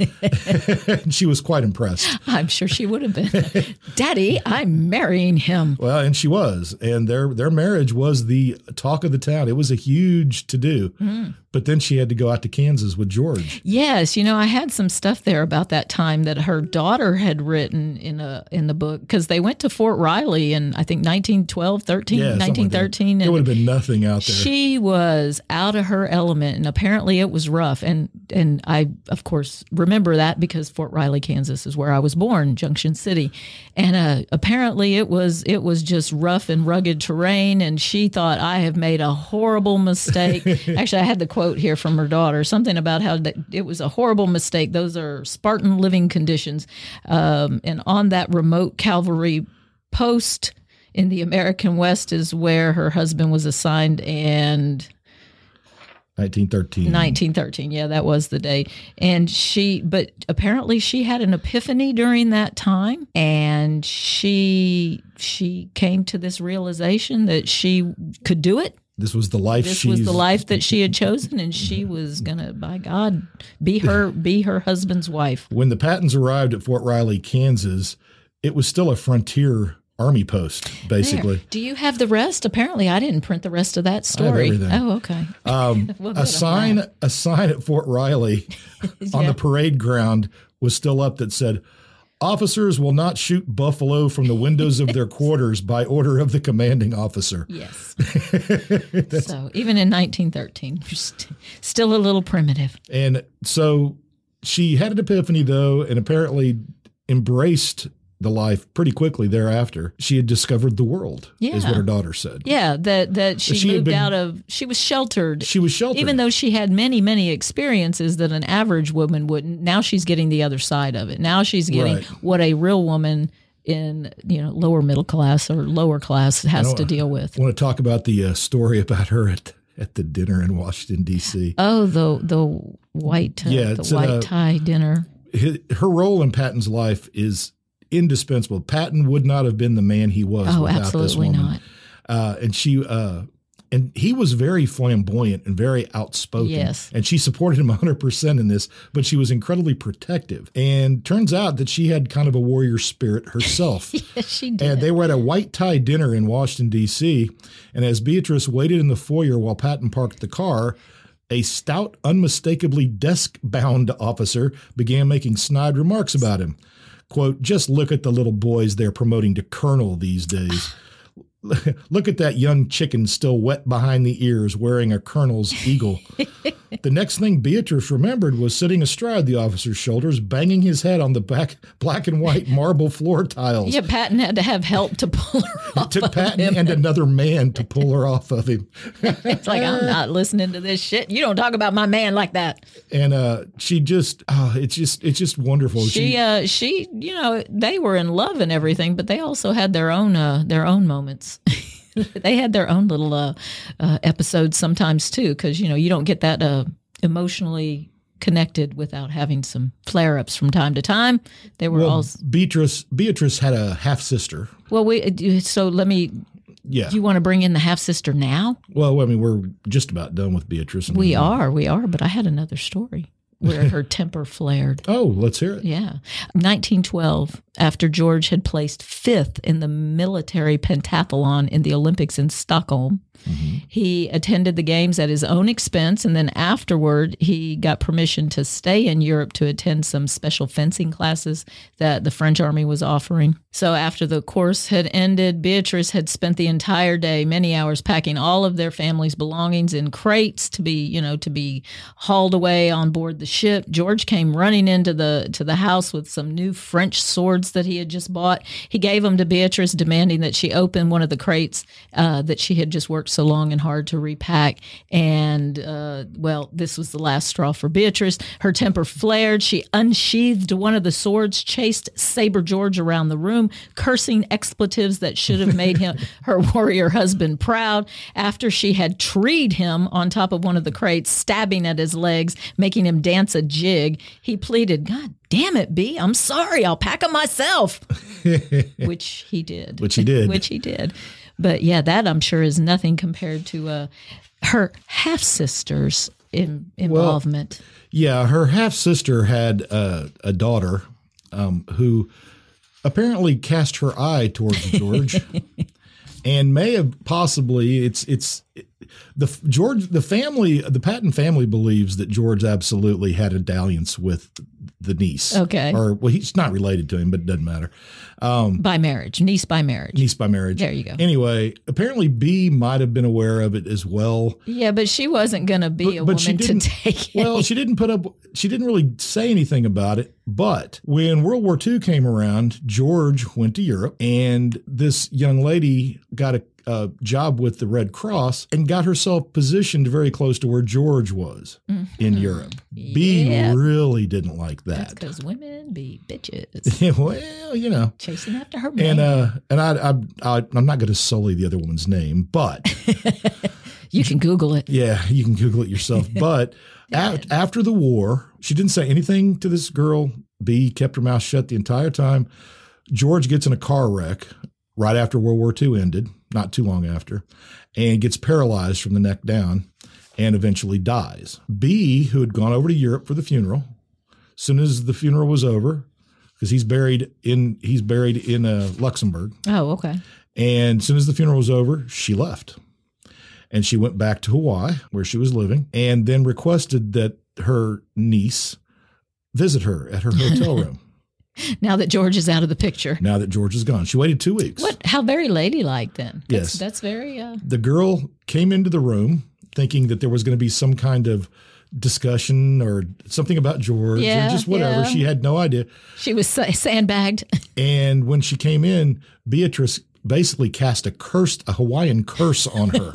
Speaker 1: and she was quite impressed.
Speaker 2: I'm sure she would have been. Daddy, I'm marrying him.
Speaker 1: Well, and she was. And their their marriage was the talk of the town. It was a huge to do.
Speaker 2: Mm-hmm.
Speaker 1: But then she had to go out to Kansas with George.
Speaker 2: Yes, you know, I had some stuff there about that time that her daughter had written in a in the book because they went to Fort Riley in I think 1912, 13,
Speaker 1: Yeah, something like that.
Speaker 2: 1913,
Speaker 1: There
Speaker 2: and
Speaker 1: would have been nothing out there.
Speaker 2: she was out of her element, and apparently it was rough. And and I of course remember that because Fort Riley, Kansas, is where I was born, Junction City, and uh, apparently it was it was just rough and rugged terrain. And she thought I have made a horrible mistake. Actually, I had the quote here from her daughter, something about how that it was a horrible mistake. Those are Spartan living conditions, um, and on that remote cavalry post in the American West is where her husband was assigned and
Speaker 1: 1913.
Speaker 2: 1913 yeah that was the day and she but apparently she had an epiphany during that time and she she came to this realization that she could do it
Speaker 1: This was the life
Speaker 2: this
Speaker 1: she's
Speaker 2: was the life that she had chosen and she was gonna by god be her be her husband's wife
Speaker 1: When the Pattons arrived at Fort Riley, Kansas, it was still a frontier army post,
Speaker 2: There.
Speaker 1: basically.
Speaker 2: do you have the rest apparently i didn't print the rest of that story
Speaker 1: everything.
Speaker 2: oh okay
Speaker 1: Um,
Speaker 2: Well, good,
Speaker 1: a
Speaker 2: I'm
Speaker 1: sign,
Speaker 2: glad.
Speaker 1: a sign at Fort Riley on
Speaker 2: Yeah.
Speaker 1: the parade ground was still up that said, "Officers will not shoot buffalo from the windows of their quarters by order of the commanding officer."
Speaker 2: Yes. so even in 1913, we're st- still a little primitive.
Speaker 1: And so she had an epiphany, though, and apparently embraced the life pretty quickly thereafter. She had discovered the world, is
Speaker 2: Yeah.
Speaker 1: what her daughter said.
Speaker 2: Yeah, that that she,
Speaker 1: She had
Speaker 2: moved
Speaker 1: been-
Speaker 2: out of. She was sheltered.
Speaker 1: She was sheltered.
Speaker 2: even though she had many, many experiences that an average woman wouldn't, now she's getting the other side of it. Now she's getting
Speaker 1: Right.
Speaker 2: what a real woman in you know lower middle class or lower class has
Speaker 1: know,
Speaker 2: to deal with.
Speaker 1: I want to talk about the uh, story about her at at the dinner in Washington D.C.
Speaker 2: Oh, the the white uh,
Speaker 1: Yeah,
Speaker 2: the
Speaker 1: it's,
Speaker 2: white
Speaker 1: uh,
Speaker 2: tie dinner.
Speaker 1: Hi her role in Patton's life is indispensable. Patton would not have been the man he was
Speaker 2: Oh,
Speaker 1: without this
Speaker 2: absolutely
Speaker 1: woman.
Speaker 2: not.
Speaker 1: Uh, and she uh, and he was very flamboyant and very outspoken.
Speaker 2: Yes.
Speaker 1: and she supported him 100 percent in this, but she was incredibly protective. And turns out that she had kind of a warrior spirit herself.
Speaker 2: she did.
Speaker 1: And they were at a white tie dinner in Washington, D.C. And as Beatrice waited in the foyer while Patton parked the car, a stout, unmistakably desk bound officer began making snide remarks about him. Quote, just look at the little boys they're promoting to colonel these days. look at that young chicken still wet behind the ears wearing a colonel's eagle. The next thing Beatrice remembered was sitting astride the officer's shoulders, banging his head on the back black and white marble floor tiles.
Speaker 2: yeah, Patton had to have help to pull her off.
Speaker 1: Took Patton and another man to pull her off of him.
Speaker 2: It's like I'm not listening to this shit. You don't talk about my man like that.
Speaker 1: And uh, she just, oh, it's just, it's just wonderful.
Speaker 2: She, uh, she, you know, they were in love and everything, but they also had their own, uh, their own moments. they had their own little uh, uh, episodes sometimes too, because you know you don't get that uh, emotionally connected without having some flare-ups from time to time. They were all
Speaker 1: well, Beatrice, Beatrice had a half sister.
Speaker 2: well. We uh, so let me.
Speaker 1: Yeah.
Speaker 2: You want to bring in the half sister now?
Speaker 1: well, I mean, we're just about done with Beatrice. And
Speaker 2: We are, we are. But I had another story. where her temper flared.
Speaker 1: Oh, let's hear it.
Speaker 2: Yeah. 1912, after George had placed fifth in the military pentathlon in the Olympics in Stockholm, he attended the games at his own expense. And then afterward, he got permission to stay in Europe to attend some special fencing classes that the French army was offering. So after the course had ended, Beatrice had spent the entire day, many hours, packing all of their family's belongings in crates to be, you know, to be hauled away on board the ship. George came running into the to the house with some new French swords that he had just bought. He gave them to Beatrice, demanding that she open one of the crates uh, that she had just worked so long and hard to repack. And uh, well, this was the last straw for Beatrice. Her temper flared. She unsheathed one of the swords, chased Saber George around the room, cursing expletives that should have made him her warrior husband proud. After she had treed him on top of one of the crates, stabbing at his legs, making him dance a jig, he pleaded, "God damn it, B, I'm sorry. I'll pack 'em myself," which he did.
Speaker 1: Which he did.
Speaker 2: which he did. But yeah, that I'm sure is nothing compared to uh, her half sister's in, involvement.
Speaker 1: Yeah, her half sister had uh, a daughter um, who apparently cast her eye towards George, and may have possibly it's it's the George the family the Patton family believes that George absolutely had a dalliance with the niece.
Speaker 2: Okay.
Speaker 1: or well, he's not related to him, but it doesn't matter. um,
Speaker 2: by marriage, niece by marriage.
Speaker 1: Niece by marriage.
Speaker 2: There you go.
Speaker 1: Anyway, apparently B might have been aware of it as well.
Speaker 2: Yeah, but she wasn't going to be a
Speaker 1: but she
Speaker 2: woman to
Speaker 1: didn't-
Speaker 2: take it.
Speaker 1: Well, she didn't put up. She didn't really say anything about it. But when World War II came around, George went to Europe, and this young lady got a, a job with the Red Cross and got herself positioned very close to where George was in Europe. B
Speaker 2: Mm-hmm. Yeah.
Speaker 1: really didn't like
Speaker 2: That's
Speaker 1: that.
Speaker 2: because women be bitches
Speaker 1: well, you know.
Speaker 2: chasing after her
Speaker 1: And
Speaker 2: man.
Speaker 1: uh, and I, I, I I'm not going to sully the other woman's name, but
Speaker 2: you can Google it.
Speaker 1: Yeah, you can Google it yourself. But af- after the war, she didn't say anything to this girl. B kept her mouth shut the entire time. George gets in a car wreck right after World War II ended, not too long after, and gets paralyzed from the neck down and eventually dies. B, who had gone over to Europe for the funeral, soon as the funeral was over, because he's buried in he's buried in uh, Luxembourg.
Speaker 2: Oh, okay.
Speaker 1: And as soon as the funeral was over, she left. And she went back to Hawaii, where she was living, and then requested that her niece visit her at her hotel room
Speaker 2: Now that George is out of the picture.
Speaker 1: now that George is gone. She waited two weeks.
Speaker 2: What? How very ladylike then. That's,
Speaker 1: Yes.
Speaker 2: That's very. Uh,
Speaker 1: The girl came into the room thinking that there was going to be some kind of discussion or something about George
Speaker 2: Yeah,
Speaker 1: or just whatever.
Speaker 2: yeah.
Speaker 1: She had no idea.
Speaker 2: she was sa- sandbagged.
Speaker 1: And when she came in, Beatrice basically cast a cursed, a Hawaiian curse on her,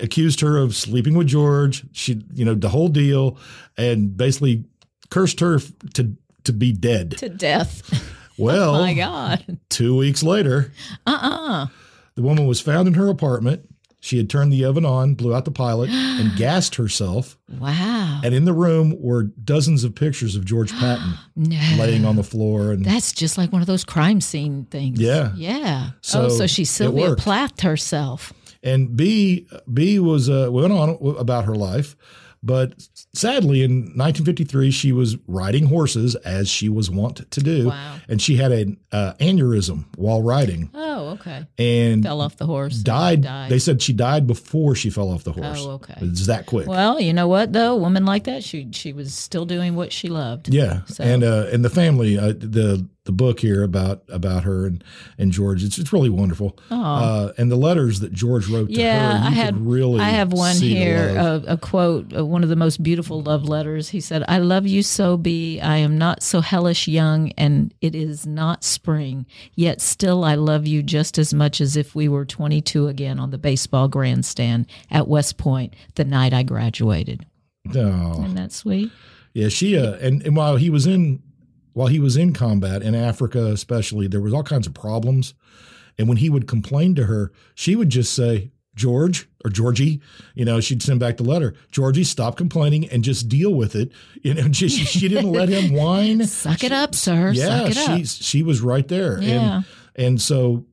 Speaker 1: accused her of sleeping with George. She, you know, the whole deal, and basically cursed her f- to to be dead.
Speaker 2: to death.
Speaker 1: Well,
Speaker 2: Oh My God.
Speaker 1: two weeks later,
Speaker 2: Uh-uh.
Speaker 1: the woman was found in her apartment. She had turned the oven on, blew out the pilot, and gassed herself.
Speaker 2: Wow.
Speaker 1: And in the room were dozens of pictures of George Patton
Speaker 2: No.
Speaker 1: laying on the floor. And
Speaker 2: That's just like one of those crime scene things.
Speaker 1: Yeah.
Speaker 2: Yeah.
Speaker 1: So
Speaker 2: oh, so she
Speaker 1: it
Speaker 2: Sylvia
Speaker 1: worked.
Speaker 2: Plath herself.
Speaker 1: And B B was uh, went on w- about her life, but sadly in 1953 she was riding horses as she was wont to do,
Speaker 2: Wow.
Speaker 1: and she had an uh, aneurysm while riding
Speaker 2: Oh, okay.
Speaker 1: and
Speaker 2: Fell off the horse.
Speaker 1: died,
Speaker 2: Died.
Speaker 1: They said she died before she fell off the horse.
Speaker 2: Oh, okay.
Speaker 1: It's that quick.
Speaker 2: Well, you know what though? A woman like that, she she was still doing what she loved.
Speaker 1: Yeah,
Speaker 2: So-
Speaker 1: and uh, and the family, uh, the the book here about about her and and George, it's it's really wonderful. Uh, and the letters that George wrote to
Speaker 2: Yeah,
Speaker 1: her, you
Speaker 2: I had
Speaker 1: could really.
Speaker 2: I have one
Speaker 1: see the
Speaker 2: here,
Speaker 1: love.
Speaker 2: a, a quote, uh, one of the most beautiful love letters. He said, "I love you so, B. I am not so hellish young, and it is not spring. Yet still, I love you just as much as if we were 22 again on the baseball grandstand at West Point the night I graduated.
Speaker 1: Aw.
Speaker 2: Isn't that sweet?
Speaker 1: Yeah, she uh, and and while he was in while he was in combat in Africa, especially, there was all kinds of problems. And when he would complain to her, she would just say, "George" or "Georgie," you know, she'd send back the letter, "Georgie, stop complaining and just deal with it." You know, she, she didn't let him whine.
Speaker 2: Suck it up, sir.
Speaker 1: yeah,
Speaker 2: Suck it
Speaker 1: she
Speaker 2: up.
Speaker 1: she was right there.
Speaker 2: Yeah.
Speaker 1: And and so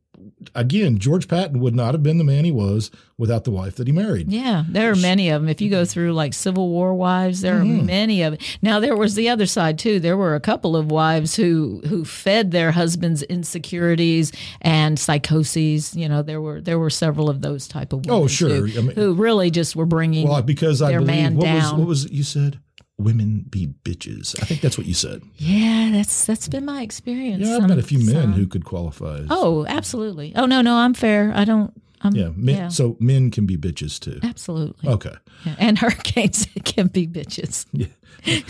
Speaker 1: again, George Patton would not have been the man he was without the wife that he married.
Speaker 2: Yeah, there are many of them. If you
Speaker 1: Mm-hmm.
Speaker 2: go through like Civil War wives, there are many of it. Now there was the other side too. There were a couple of wives who who fed their husbands insecurities and psychoses. You know, there were there were several of those type of women.
Speaker 1: Oh, sure.
Speaker 2: too,
Speaker 1: I mean-
Speaker 2: who really just were bringing.
Speaker 1: Well, because I
Speaker 2: Their
Speaker 1: believe
Speaker 2: man
Speaker 1: what was
Speaker 2: down.
Speaker 1: what was it you said? Women be bitches. I think that's what you said.
Speaker 2: yeah, that's that's been my experience.
Speaker 1: Yeah, I've
Speaker 2: Some-
Speaker 1: met a few men
Speaker 2: some-
Speaker 1: who could qualify. As,
Speaker 2: Oh, absolutely. Oh no, no, I'm fair. I don't. I'm,
Speaker 1: yeah, men, Oh.
Speaker 2: yeah.
Speaker 1: So men can be bitches too.
Speaker 2: Absolutely.
Speaker 1: Okay,
Speaker 2: Yeah. And hurricanes can be bitches.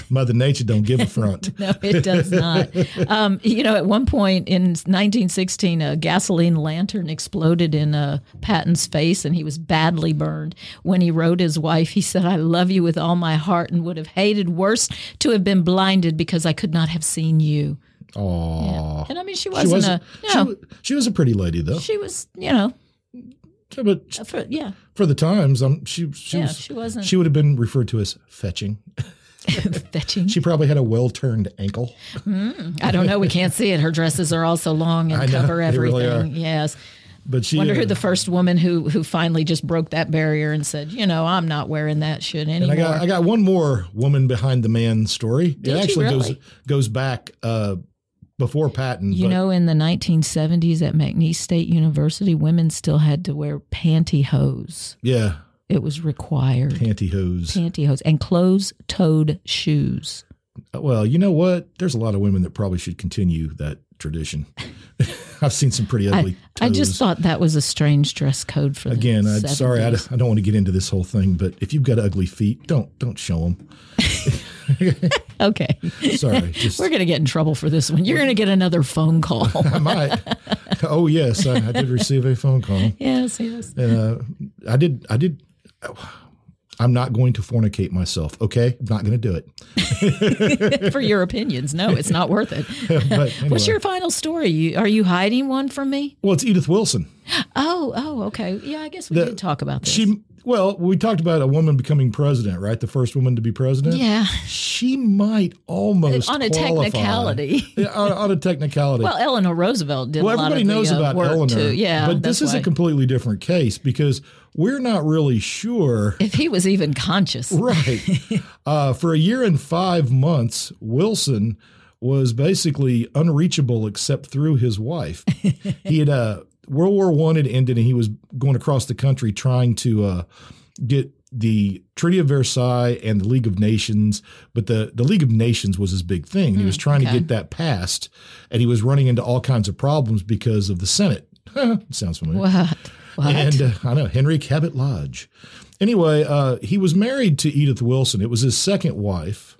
Speaker 1: Mother Nature don't give a front.
Speaker 2: No, it does not. Um, you know, at one point in 1916, a gasoline lantern exploded in uh, Patton's face and he was badly burned. When he wrote his wife, he said, I love you with all my heart and would have hated worse to have been blinded because I could not have seen you.
Speaker 1: Aw.
Speaker 2: And I mean, she
Speaker 1: She
Speaker 2: wasn't,
Speaker 1: was
Speaker 2: a, no,
Speaker 1: she, wa- she was a pretty lady though.
Speaker 2: she was, you know,
Speaker 1: Yeah, but
Speaker 2: for, yeah,
Speaker 1: for the times, um, she she
Speaker 2: yeah,
Speaker 1: was,
Speaker 2: she wasn't
Speaker 1: she would have been referred to as fetching.
Speaker 2: fetching.
Speaker 1: She probably had a well turned ankle.
Speaker 2: I don't know. We can't see it. Her dresses are all so long and
Speaker 1: I know,
Speaker 2: cover
Speaker 1: they
Speaker 2: everything.
Speaker 1: really
Speaker 2: yes.
Speaker 1: But she
Speaker 2: Wonder who the first woman who who finally just broke that barrier and said, you know, I'm not wearing that shit
Speaker 1: And
Speaker 2: anymore.
Speaker 1: I got I got one more woman behind the man story.
Speaker 2: you
Speaker 1: it actually goes
Speaker 2: really?
Speaker 1: goes back uh, before Patton.
Speaker 2: you
Speaker 1: but
Speaker 2: know, in the 1970s at McNeese State University, women still had to wear pantyhose.
Speaker 1: yeah,
Speaker 2: It was required.
Speaker 1: pantyhose.
Speaker 2: Pantyhose and closed-toed shoes.
Speaker 1: Uh, well, you know what? There's a lot of women that probably should continue that tradition. I've seen some pretty ugly.
Speaker 2: I, I just
Speaker 1: toes.
Speaker 2: thought that was a strange dress code for the
Speaker 1: again. I'm
Speaker 2: 70s.
Speaker 1: sorry. I, d- I don't want to get into this whole thing, but if you've got ugly feet, don't don't show them.
Speaker 2: okay,
Speaker 1: Sorry, just
Speaker 2: we're gonna get in trouble for this one. You're gonna get another phone call.
Speaker 1: I might. Oh yes, I, I did receive a phone call.
Speaker 2: yes, yes.
Speaker 1: And uh, I did. I did. I'm not going to fornicate myself. Okay, I'm not going to do it.
Speaker 2: for your opinions. No, it's not worth it.
Speaker 1: But
Speaker 2: What's
Speaker 1: anyway.
Speaker 2: your final story? You, are you hiding one from me?
Speaker 1: Well, it's Edith Wilson.
Speaker 2: Oh, oh, okay. Yeah, I guess we
Speaker 1: The-
Speaker 2: did talk about this.
Speaker 1: She. Well, we talked about a woman becoming president, right? The first woman to be president.
Speaker 2: yeah,
Speaker 1: She might almost
Speaker 2: on a
Speaker 1: qualify.
Speaker 2: technicality.
Speaker 1: Yeah, on, on a technicality.
Speaker 2: Well, Eleanor Roosevelt did.
Speaker 1: Well,
Speaker 2: a lot
Speaker 1: everybody
Speaker 2: of the,
Speaker 1: knows
Speaker 2: uh,
Speaker 1: about
Speaker 2: work
Speaker 1: Eleanor.
Speaker 2: Too. Yeah,
Speaker 1: but this
Speaker 2: that's
Speaker 1: is a
Speaker 2: why.
Speaker 1: completely different case because we're not really sure.
Speaker 2: if he was even conscious.
Speaker 1: Right. uh, for a year and five months, Wilson was basically unreachable except through his wife. he had uh, World War One had ended, and he was going across the country trying to uh, get the Treaty of Versailles and the League of Nations. But the the League of Nations was his big thing, and he was trying to
Speaker 2: okay.
Speaker 1: get that passed. And he was running into all kinds of problems because of the Senate. Sounds familiar.
Speaker 2: What? What?
Speaker 1: And uh, I know Henry Cabot Lodge. Anyway, uh, he was married to Edith Wilson. It was his second wife.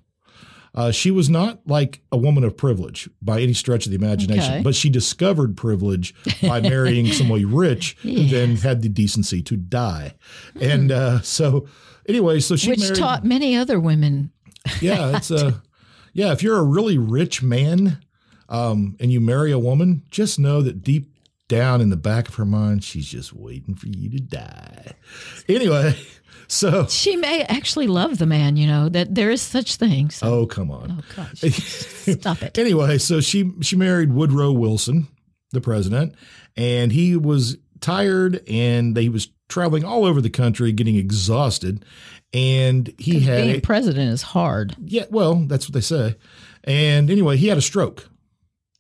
Speaker 1: Uh, she was not like a woman of privilege by any stretch of the imagination,
Speaker 2: Okay.
Speaker 1: but she discovered privilege by marrying somebody rich who then had the decency to die. And uh, so, anyway, so she
Speaker 2: Which
Speaker 1: married.
Speaker 2: taught many other women.
Speaker 1: yeah, it's a. Yeah, if you're a really rich man um, and you marry a woman, just know that deep down in the back of her mind, she's just waiting for you to die. Anyway, so
Speaker 2: She may actually love the man. You know that there is such things. So,
Speaker 1: oh come on.
Speaker 2: oh gosh, stop it.
Speaker 1: Anyway, so she she married Woodrow Wilson, the president, and he was tired and he was traveling all over the country, getting exhausted, and he had
Speaker 2: Being
Speaker 1: a-
Speaker 2: president is hard.
Speaker 1: yeah. Well, that's what they say. And anyway, he had a stroke.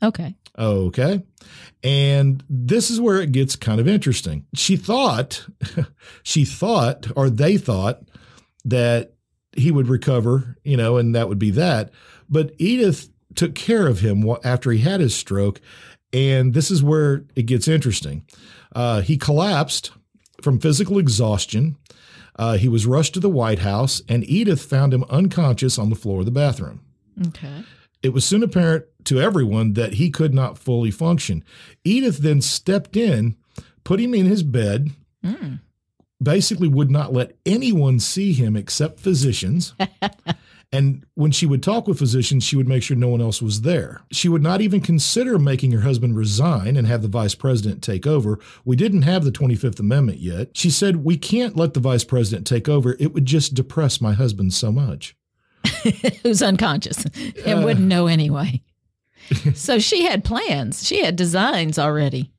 Speaker 2: Okay.
Speaker 1: Okay. And this is where it gets kind of interesting. She thought, she thought, or they thought that he would recover, you know, and that would be that. But Edith took care of him wh- after he had his stroke. And this is where it gets interesting. Uh, he collapsed from physical exhaustion. Uh, he was rushed to the White House, and Edith found him unconscious on the floor of the bathroom
Speaker 2: Okay.
Speaker 1: it was soon apparent to everyone that he could not fully function. Edith then stepped in, put him in his bed,
Speaker 2: Mm.
Speaker 1: basically would not let anyone see him except physicians. and when she would talk with physicians, she would make sure no one else was there. She would not even consider making her husband resign and have the vice president take over. We didn't have the 25th Amendment yet. She said, We can't let the vice president take over. It would just depress my husband so much.
Speaker 2: who's unconscious and
Speaker 1: Uh.
Speaker 2: wouldn't know anyway. so she had plans. She had designs already.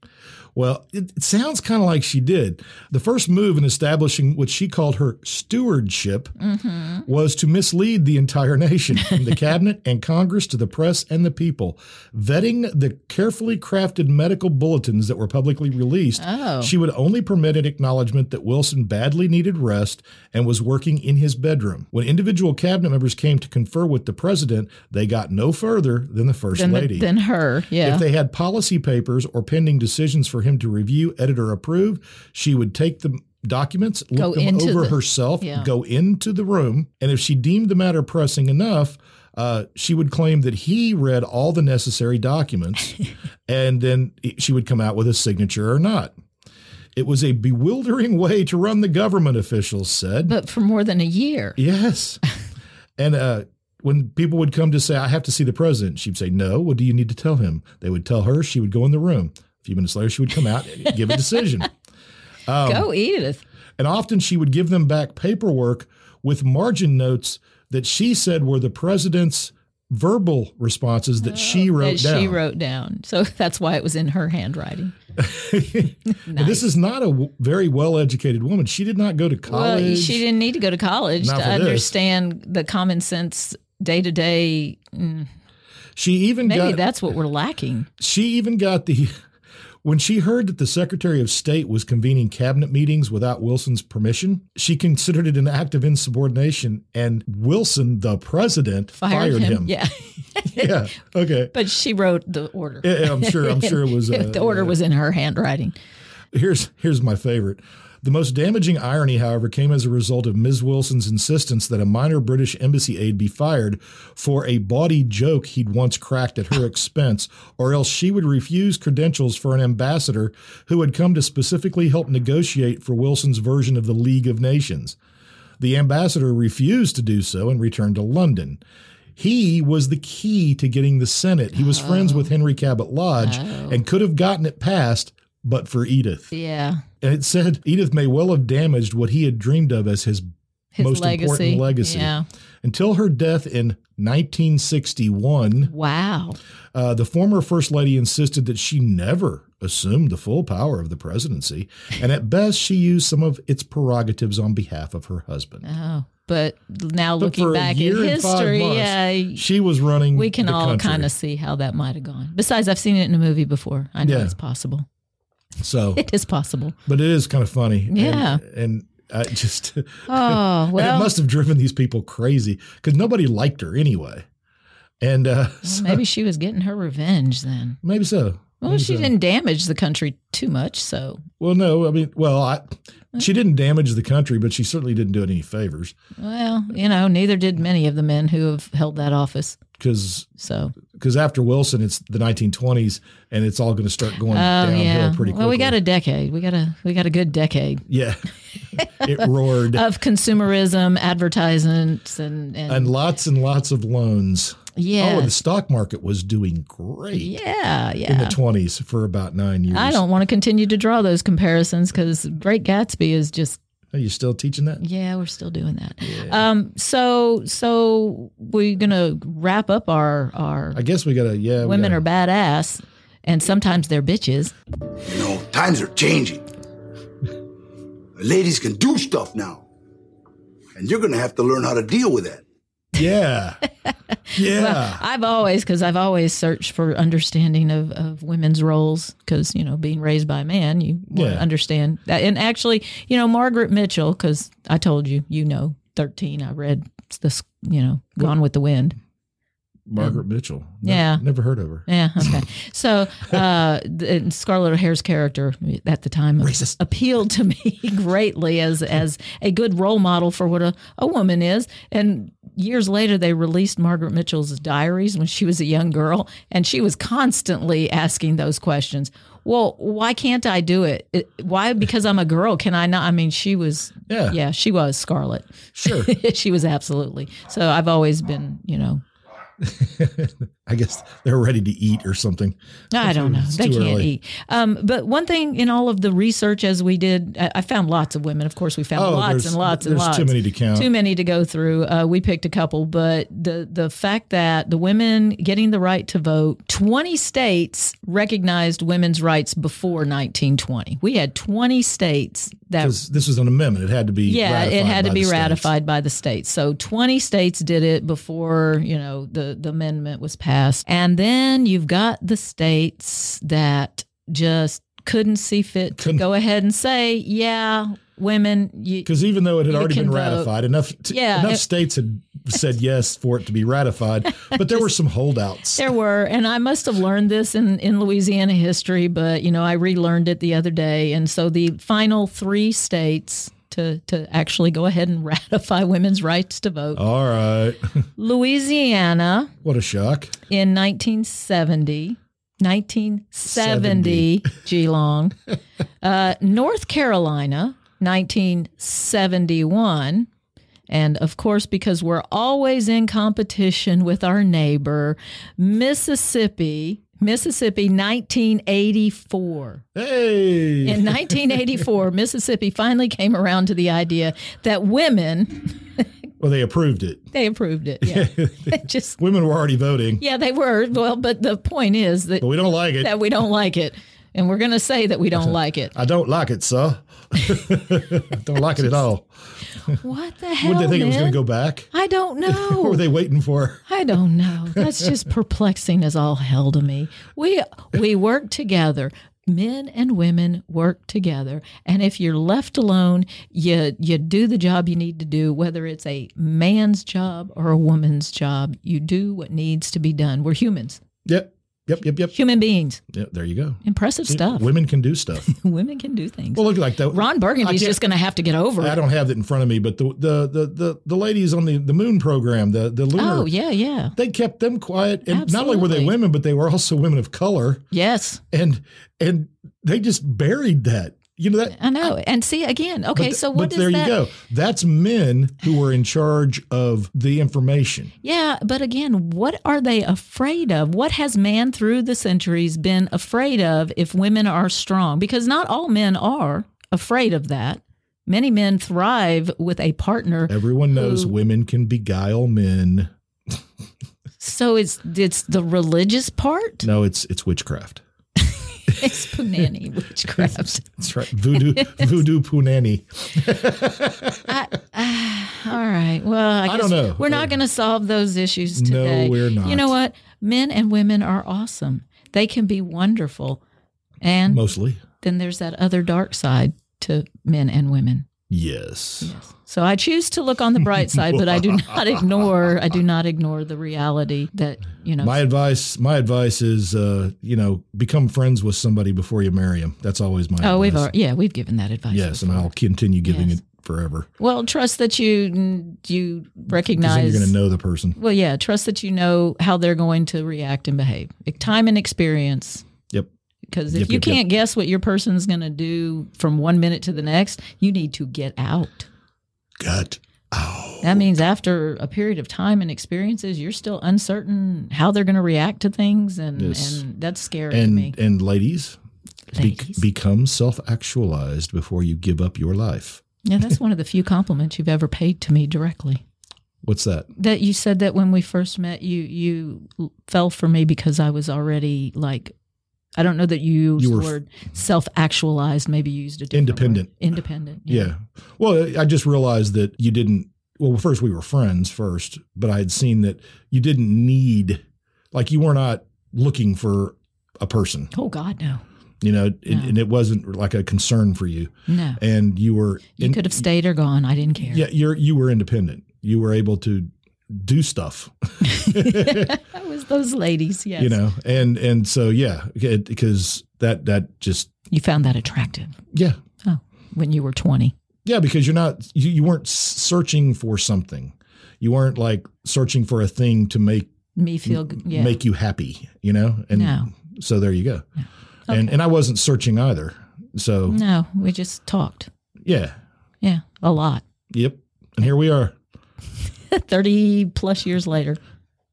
Speaker 1: Well, it, it sounds kind of like she did. The first move in establishing what she called her stewardship
Speaker 2: Mm-hmm.
Speaker 1: was to mislead the entire nation, from the cabinet and Congress to the press and the people. Vetting the carefully crafted medical bulletins that were publicly released,
Speaker 2: Oh.
Speaker 1: she would only permit an acknowledgement that Wilson badly needed rest and was working in his bedroom. When individual cabinet members came to confer with the president, they got no further than the first
Speaker 2: than, the-
Speaker 1: lady.
Speaker 2: than her. Yeah.
Speaker 1: If they had policy papers or pending decisions for him to review, edit, or approve, she would take the documents, look
Speaker 2: Go
Speaker 1: them
Speaker 2: into
Speaker 1: over
Speaker 2: the-
Speaker 1: herself,
Speaker 2: yeah.
Speaker 1: go into the room, and if she deemed the matter pressing enough, uh, she would claim that he read all the necessary documents, and then she would come out with a signature or not. It was a bewildering way to run the government, officials said.
Speaker 2: but for more than a year.
Speaker 1: Yes. and uh, when people would come to say, I have to see the president, she'd say, No, what do you need to tell him? They would tell her, she would go in the room. A few minutes later, she would come out and give a decision. Oh.
Speaker 2: Go, Edith.
Speaker 1: And often she would give them back paperwork with margin notes that she said were the president's verbal responses that she wrote
Speaker 2: Oh, that
Speaker 1: down.
Speaker 2: she wrote down. So that's why it was in her handwriting.
Speaker 1: And This
Speaker 2: Nice.
Speaker 1: is not a w- very well educated woman. She did not go to college.
Speaker 2: Well, she didn't need to go to college
Speaker 1: Not
Speaker 2: to
Speaker 1: for this.
Speaker 2: understand the common sense day to day.
Speaker 1: She even
Speaker 2: Maybe
Speaker 1: got
Speaker 2: that's what we're lacking.
Speaker 1: she even got the when she heard that the secretary of state was convening cabinet meetings without wilson's permission she considered it an act of insubordination and wilson the president
Speaker 2: Fired,
Speaker 1: fired, him,
Speaker 2: Yeah.
Speaker 1: yeah okay
Speaker 2: But she wrote the order.
Speaker 1: Yeah, yeah, i'm sure i'm sure it was uh,
Speaker 2: the order was in her handwriting.
Speaker 1: here's here's my favorite the most damaging irony, however, came as a result of Ms. Wilson's insistence that a minor British embassy aide be fired for a bawdy joke he'd once cracked at her expense, or else she would refuse credentials for an ambassador who had come to specifically help negotiate for Wilson's version of the League of Nations. The ambassador refused to do so and returned to London. He was the key to getting the Senate. He was friends with Henry Cabot Lodge
Speaker 2: Oh.
Speaker 1: and could have gotten it passed but for Edith.
Speaker 2: Yeah.
Speaker 1: And it said Edith may well have damaged what he had dreamed of as his
Speaker 2: His
Speaker 1: most
Speaker 2: legacy.
Speaker 1: important legacy.
Speaker 2: Yeah.
Speaker 1: Until her death in 1961,
Speaker 2: Wow.
Speaker 1: uh, the former First Lady insisted that she never assumed the full power of the presidency, and at best, she used some of its prerogatives on behalf of her husband.
Speaker 2: Oh. But now
Speaker 1: But for
Speaker 2: looking
Speaker 1: a
Speaker 2: back at
Speaker 1: year and five
Speaker 2: history,
Speaker 1: months,
Speaker 2: yeah,
Speaker 1: She was running.
Speaker 2: we can
Speaker 1: Mm, the
Speaker 2: all
Speaker 1: country.
Speaker 2: kind of see how that might have gone. Besides, I've seen it in a movie before. I know
Speaker 1: Yeah.
Speaker 2: it's possible.
Speaker 1: So,
Speaker 2: It is possible.
Speaker 1: but it is kind of funny. And-
Speaker 2: Yeah.
Speaker 1: and. I just
Speaker 2: Oh
Speaker 1: and
Speaker 2: well,
Speaker 1: it must have driven these people crazy because nobody liked her anyway, and uh,
Speaker 2: well,
Speaker 1: so-
Speaker 2: maybe she was getting her revenge then.
Speaker 1: Maybe so.
Speaker 2: Well,
Speaker 1: Maybe
Speaker 2: she
Speaker 1: so.
Speaker 2: didn't damage the country too much, so
Speaker 1: Well, no, I mean, well, I, she didn't damage the country, but she certainly didn't do it any favors
Speaker 2: well, you know, neither did many of the men who have held that office.
Speaker 1: because
Speaker 2: So,
Speaker 1: after Wilson, it's the 1920s, and it's all going to start going
Speaker 2: oh
Speaker 1: downhill
Speaker 2: yeah.
Speaker 1: pretty quickly.
Speaker 2: Well, we got a decade. We got a we got a good decade
Speaker 1: yeah, it roared,
Speaker 2: of consumerism, advertisements, and and,
Speaker 1: and lots and lots of loans.
Speaker 2: yeah,
Speaker 1: Oh, and the stock market was doing great
Speaker 2: yeah,
Speaker 1: in the
Speaker 2: yeah.
Speaker 1: 20s for about nine years.
Speaker 2: I don't want to continue to draw those comparisons because Great Gatsby is just
Speaker 1: Are you still teaching that?
Speaker 2: Yeah, we're still doing that. Um, so so we're gonna wrap up our our
Speaker 1: I guess we got to. Yeah, we
Speaker 2: women
Speaker 1: gotta-
Speaker 2: are badass, and sometimes they're bitches.
Speaker 3: You know, times are changing. Ladies can do stuff now. And you're going to have to learn how to deal with that.
Speaker 1: Yeah, yeah.
Speaker 2: Well, I've always because I've always searched for understanding of of women's roles because you know being raised by a man you want
Speaker 1: Yeah.
Speaker 2: to understand that. And actually, you know Margaret Mitchell because I told you you know thirteen I read this you know Gone with the Wind.
Speaker 1: Margaret Mitchell. Ne-
Speaker 2: Yeah.
Speaker 1: never heard of her.
Speaker 2: Yeah. Okay. so uh, th- and Scarlett O'Hare's character at the time
Speaker 1: Racist.
Speaker 2: appealed to me greatly as as a good role model for what a, a woman is. And years later, they released Margaret Mitchell's diaries when she was a young girl, and she was constantly asking those questions. Well, why can't I do it? it why? Because I'm a girl. Can I not? I mean, she was.
Speaker 1: Yeah.
Speaker 2: Yeah, she was Scarlett.
Speaker 1: Sure.
Speaker 2: she was absolutely. So I've always been, you know,
Speaker 1: I guess they're ready to eat or something.
Speaker 2: I don't know.
Speaker 1: It's
Speaker 2: They
Speaker 1: too
Speaker 2: can't
Speaker 1: early.
Speaker 2: eat. Um, but one thing in all of the research as we did, I, I found lots of women. Of course, we found
Speaker 1: Oh,
Speaker 2: lots
Speaker 1: there's-
Speaker 2: and lots and
Speaker 1: there's
Speaker 2: lots.
Speaker 1: too many to count.
Speaker 2: Too many to go through. Uh, we picked a couple, but the the fact that the women getting the right to vote, twenty states recognized women's rights before 1920. We had 20 states that
Speaker 1: Because this was an amendment. It had to be.
Speaker 2: Oh. yeah, it
Speaker 1: ratified
Speaker 2: had to
Speaker 1: by
Speaker 2: be
Speaker 1: the states.
Speaker 2: ratified by the states. So 20 states did it before, you know, the, the amendment was passed. And then you've got the states that just couldn't see fit to
Speaker 1: Couldn't-
Speaker 2: go ahead and say, yeah, women, you,
Speaker 1: Because even though it had
Speaker 2: You
Speaker 1: already
Speaker 2: can
Speaker 1: been
Speaker 2: vote.
Speaker 1: ratified, enough t-
Speaker 2: Yeah,
Speaker 1: enough
Speaker 2: it-
Speaker 1: states had said yes for it to be ratified, but there were some holdouts.
Speaker 2: There were, and I must have learned this in, in Louisiana history, but you know, I relearned it the other day. And so the final three states to, to actually go ahead and ratify women's rights to vote
Speaker 1: All right,
Speaker 2: Louisiana
Speaker 1: what a shock!
Speaker 2: in 1970, 1970 Geelong, uh, North Carolina, 1971. And of course, because we're always in competition with our neighbor, Mississippi, Mississippi, 1984.
Speaker 1: Hey,
Speaker 2: In 1984, Mississippi finally came around to the idea that women,
Speaker 1: well they approved it.
Speaker 2: they approved it. Yeah. It just,
Speaker 1: Women were already voting,
Speaker 2: yeah, they were. Well, but the point is that
Speaker 1: but we don't like it.
Speaker 2: that we don't like it. And we're going to say that we don't like it.
Speaker 1: I don't like it, sir. don't like it at all.
Speaker 2: What the
Speaker 1: Would
Speaker 2: hell?
Speaker 1: they think it was going
Speaker 2: man?
Speaker 1: to go back?
Speaker 2: I don't
Speaker 1: What were
Speaker 2: know.
Speaker 1: they waiting for?
Speaker 2: I don't know. That's just perplexing as all hell to me. We we work together. Men and women work together. And if you're left alone, you you do the job you need to do, whether it's a man's job or a woman's job. You do what needs to be done. We're humans.
Speaker 1: Yep, yep, yep, yep.
Speaker 2: Human beings.
Speaker 1: yep there you go.
Speaker 2: Impressive stuff.
Speaker 1: Women can do stuff.
Speaker 2: Women can do things.
Speaker 1: Well, look like that.
Speaker 2: Ron Burgundy's
Speaker 1: can't-
Speaker 2: just going to have to get over it.
Speaker 1: I don't have that in front of me, but the the the the, the ladies on the, the moon program, the the lunar,
Speaker 2: Oh yeah, yeah.
Speaker 1: they kept them quiet, and not only were they
Speaker 2: Absolutely.
Speaker 1: women, but they were also women of color,
Speaker 2: Yes,
Speaker 1: and and they just buried that. You know that.
Speaker 2: I know. And see again.
Speaker 1: but
Speaker 2: Okay,
Speaker 1: th-
Speaker 2: so
Speaker 1: but
Speaker 2: what is
Speaker 1: there
Speaker 2: that?
Speaker 1: you go. That's men who were in charge of the information.
Speaker 2: Yeah, but again, what are they afraid of? What has man through the centuries been afraid of if women are strong? Because not all men are afraid of that. Many men thrive with a partner.
Speaker 1: Everyone knows
Speaker 2: Who-
Speaker 1: women can beguile men.
Speaker 2: So it's it's the religious part.
Speaker 1: No, it's it's witchcraft.
Speaker 2: It's punani witchcraft.
Speaker 1: That's right, voodoo voodoo punani.
Speaker 2: I, ah, all right. Well,
Speaker 1: I
Speaker 2: I, guess
Speaker 1: don't know.
Speaker 2: We're not going to solve those issues
Speaker 1: No,
Speaker 2: today.
Speaker 1: we're not.
Speaker 2: You know what? Men and women are awesome. They can be wonderful, and
Speaker 1: Mostly,
Speaker 2: then there's that other dark side to men and women.
Speaker 1: yes.
Speaker 2: So I choose to look on the bright side, but I do not ignore. I do not ignore the reality that you know.
Speaker 1: My advice, my advice is, uh, you know, become friends with somebody before you marry them. That's always my. advice.
Speaker 2: oh, we've al- yeah, we've given that advice.
Speaker 1: Yes, and I'll continue giving
Speaker 2: Yes.
Speaker 1: it forever.
Speaker 2: Well, trust that you you
Speaker 1: 'Cause Then
Speaker 2: recognize
Speaker 1: you're going to know the person.
Speaker 2: Well, yeah, trust that you know how they're going to react and behave. Like, Time and experience.
Speaker 1: Yep.
Speaker 2: Because if
Speaker 1: Yep,
Speaker 2: you
Speaker 1: yep, yep.
Speaker 2: can't guess what your person's going to do from one minute to the next, you need to get out.
Speaker 1: Gut. Oh.
Speaker 2: That means after a period of time and experiences, you're still uncertain how they're going to react to things, and
Speaker 1: Yes.
Speaker 2: and that's scary to me.
Speaker 1: And and ladies, be-
Speaker 2: Ladies.
Speaker 1: become self actualized before you give up your life.
Speaker 2: yeah, that's one of the few compliments you've ever paid to me directly.
Speaker 1: What's that?
Speaker 2: That you said that when we first met, you you l- fell for me because I was already like, I don't know that you used
Speaker 1: You were
Speaker 2: the
Speaker 1: f-
Speaker 2: word self actualized. Maybe you used a different
Speaker 1: Independent.
Speaker 2: word. Independent.
Speaker 1: Yeah. Well, I just realized that you didn't. Well, first we were friends first, but I had seen that you didn't need, like, you were not looking for a person.
Speaker 2: Oh God, no,
Speaker 1: you know, it,
Speaker 2: No.
Speaker 1: and it wasn't like a concern for you,
Speaker 2: no.
Speaker 1: and you were
Speaker 2: You
Speaker 1: in-
Speaker 2: could have stayed or gone. I didn't care.
Speaker 1: Yeah, you're you were independent. You were able to do stuff,
Speaker 2: I was those ladies. Yes.
Speaker 1: you know, and and so yeah, because that that just
Speaker 2: You found that attractive
Speaker 1: yeah
Speaker 2: when you were twenty.
Speaker 1: yeah because you're not you, you weren't searching for something, you weren't like searching for a thing to make
Speaker 2: Me feel good. Yeah.
Speaker 1: make you happy, you know, and
Speaker 2: No.
Speaker 1: so there you go, and and I wasn't searching either, so
Speaker 2: no, we just talked.
Speaker 1: yeah,
Speaker 2: Yeah, a lot.
Speaker 1: yep, and here we are.
Speaker 2: Thirty plus years later.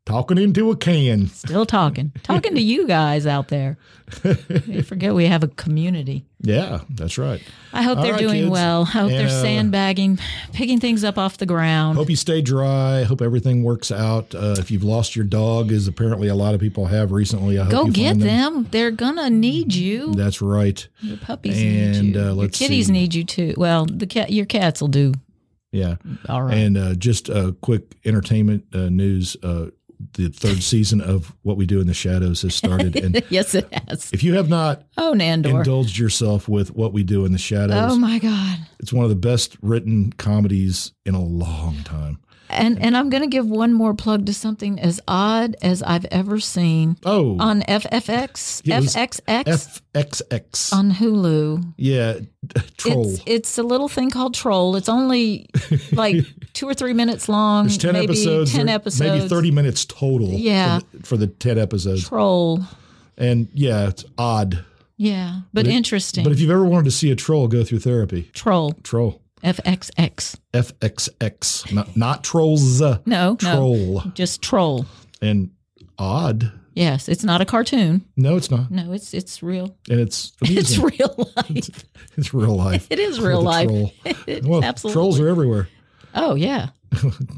Speaker 1: Talking into a can.
Speaker 2: Still talking, talking to you guys out there. I forget we have a community.
Speaker 1: Yeah, that's right.
Speaker 2: I hope
Speaker 1: All
Speaker 2: they're
Speaker 1: right,
Speaker 2: doing
Speaker 1: kids.
Speaker 2: well. I hope they're
Speaker 1: And, uh,
Speaker 2: sandbagging, picking things up off the ground.
Speaker 1: Hope you stay dry. Hope everything works out. Uh, if you've lost your dog, as apparently a lot of people have recently, I hope
Speaker 2: Go
Speaker 1: you
Speaker 2: get
Speaker 1: find
Speaker 2: them. They're gonna need you.
Speaker 1: That's right.
Speaker 2: Your puppies
Speaker 1: And,
Speaker 2: need you.
Speaker 1: uh,
Speaker 2: your
Speaker 1: let's
Speaker 2: kitties
Speaker 1: see.
Speaker 2: need you too. Well, the cat, your cats will do
Speaker 1: Yeah.
Speaker 2: all right.
Speaker 1: And uh, just a quick entertainment uh, news: uh, the third season of What We Do in the Shadows has started, and
Speaker 2: yes, it has.
Speaker 1: if you have not
Speaker 2: Oh, Nandor.
Speaker 1: indulged yourself with What We Do in the Shadows,
Speaker 2: Oh my God.
Speaker 1: it's one of the best written comedies in a long time.
Speaker 2: And and I'm going to give one more plug to something as odd as I've ever seen
Speaker 1: Oh,
Speaker 2: on FFX,
Speaker 1: It was
Speaker 2: FXX
Speaker 1: FXX.
Speaker 2: on Hulu.
Speaker 1: yeah, troll.
Speaker 2: It's it's a little thing called Troll. It's only like two or three minutes long.
Speaker 1: There's ten
Speaker 2: maybe
Speaker 1: episodes.
Speaker 2: Ten
Speaker 1: or
Speaker 2: episodes.
Speaker 1: Maybe thirty minutes total. for
Speaker 2: Yeah.
Speaker 1: the- for the, ten episodes,
Speaker 2: Troll.
Speaker 1: and yeah, it's odd.
Speaker 2: Yeah, but,
Speaker 1: it-
Speaker 2: interesting.
Speaker 1: But if you've ever wanted to see a troll go through therapy,
Speaker 2: troll.
Speaker 1: troll.
Speaker 2: FXX.
Speaker 1: FXX, not, not trolls. uh,
Speaker 2: No, no,
Speaker 1: troll
Speaker 2: just Troll.
Speaker 1: and odd.
Speaker 2: Yes, it's not a cartoon.
Speaker 1: No, it's not,
Speaker 2: No, it's it's real.
Speaker 1: and it's
Speaker 2: It's
Speaker 1: amusing.
Speaker 2: real life.
Speaker 1: It's real life.
Speaker 2: It is
Speaker 1: With
Speaker 2: real
Speaker 1: a
Speaker 2: life.
Speaker 1: troll.
Speaker 2: It's
Speaker 1: Well,
Speaker 2: absolutely.
Speaker 1: trolls are everywhere.
Speaker 2: Oh yeah.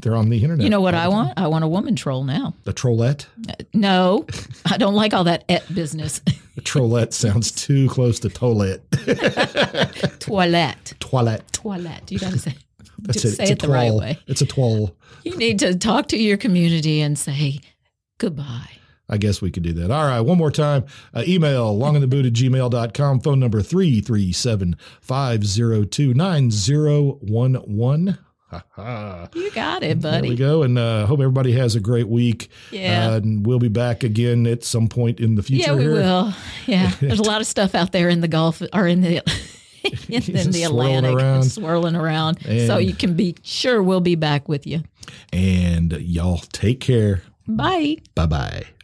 Speaker 1: They're on the internet.
Speaker 2: You know what I want? I want a woman troll now.
Speaker 1: The trollette.
Speaker 2: No, I don't like all that et business.
Speaker 1: The trollette sounds too close to toilet.
Speaker 2: Toilette.
Speaker 1: Toilet.
Speaker 2: Toilette. You got to say,
Speaker 1: That's
Speaker 2: just
Speaker 1: it. It's
Speaker 2: say
Speaker 1: a
Speaker 2: it the right
Speaker 1: twal.
Speaker 2: way.
Speaker 1: It's a twal.
Speaker 2: You need to talk to your community and say goodbye.
Speaker 1: I guess we could do that. All right, one more time. Uh, email longintheboot at gmail.com. Phone number 337 502 9011. Ha ha.
Speaker 2: You got it,
Speaker 1: There we
Speaker 2: buddy.
Speaker 1: go. And uh, hope everybody has a great week.
Speaker 2: Yeah.
Speaker 1: Uh, and we'll be back again at some point in the future.
Speaker 2: Yeah, we
Speaker 1: here.
Speaker 2: will. Yeah. There's a lot of stuff out there in the Gulf or in the. In, in the
Speaker 1: Swirling
Speaker 2: Atlantic
Speaker 1: around.
Speaker 2: and swirling around. so
Speaker 1: And-
Speaker 2: you can be sure we'll be back with you.
Speaker 1: And y'all take care.
Speaker 2: Bye.
Speaker 1: Bye bye.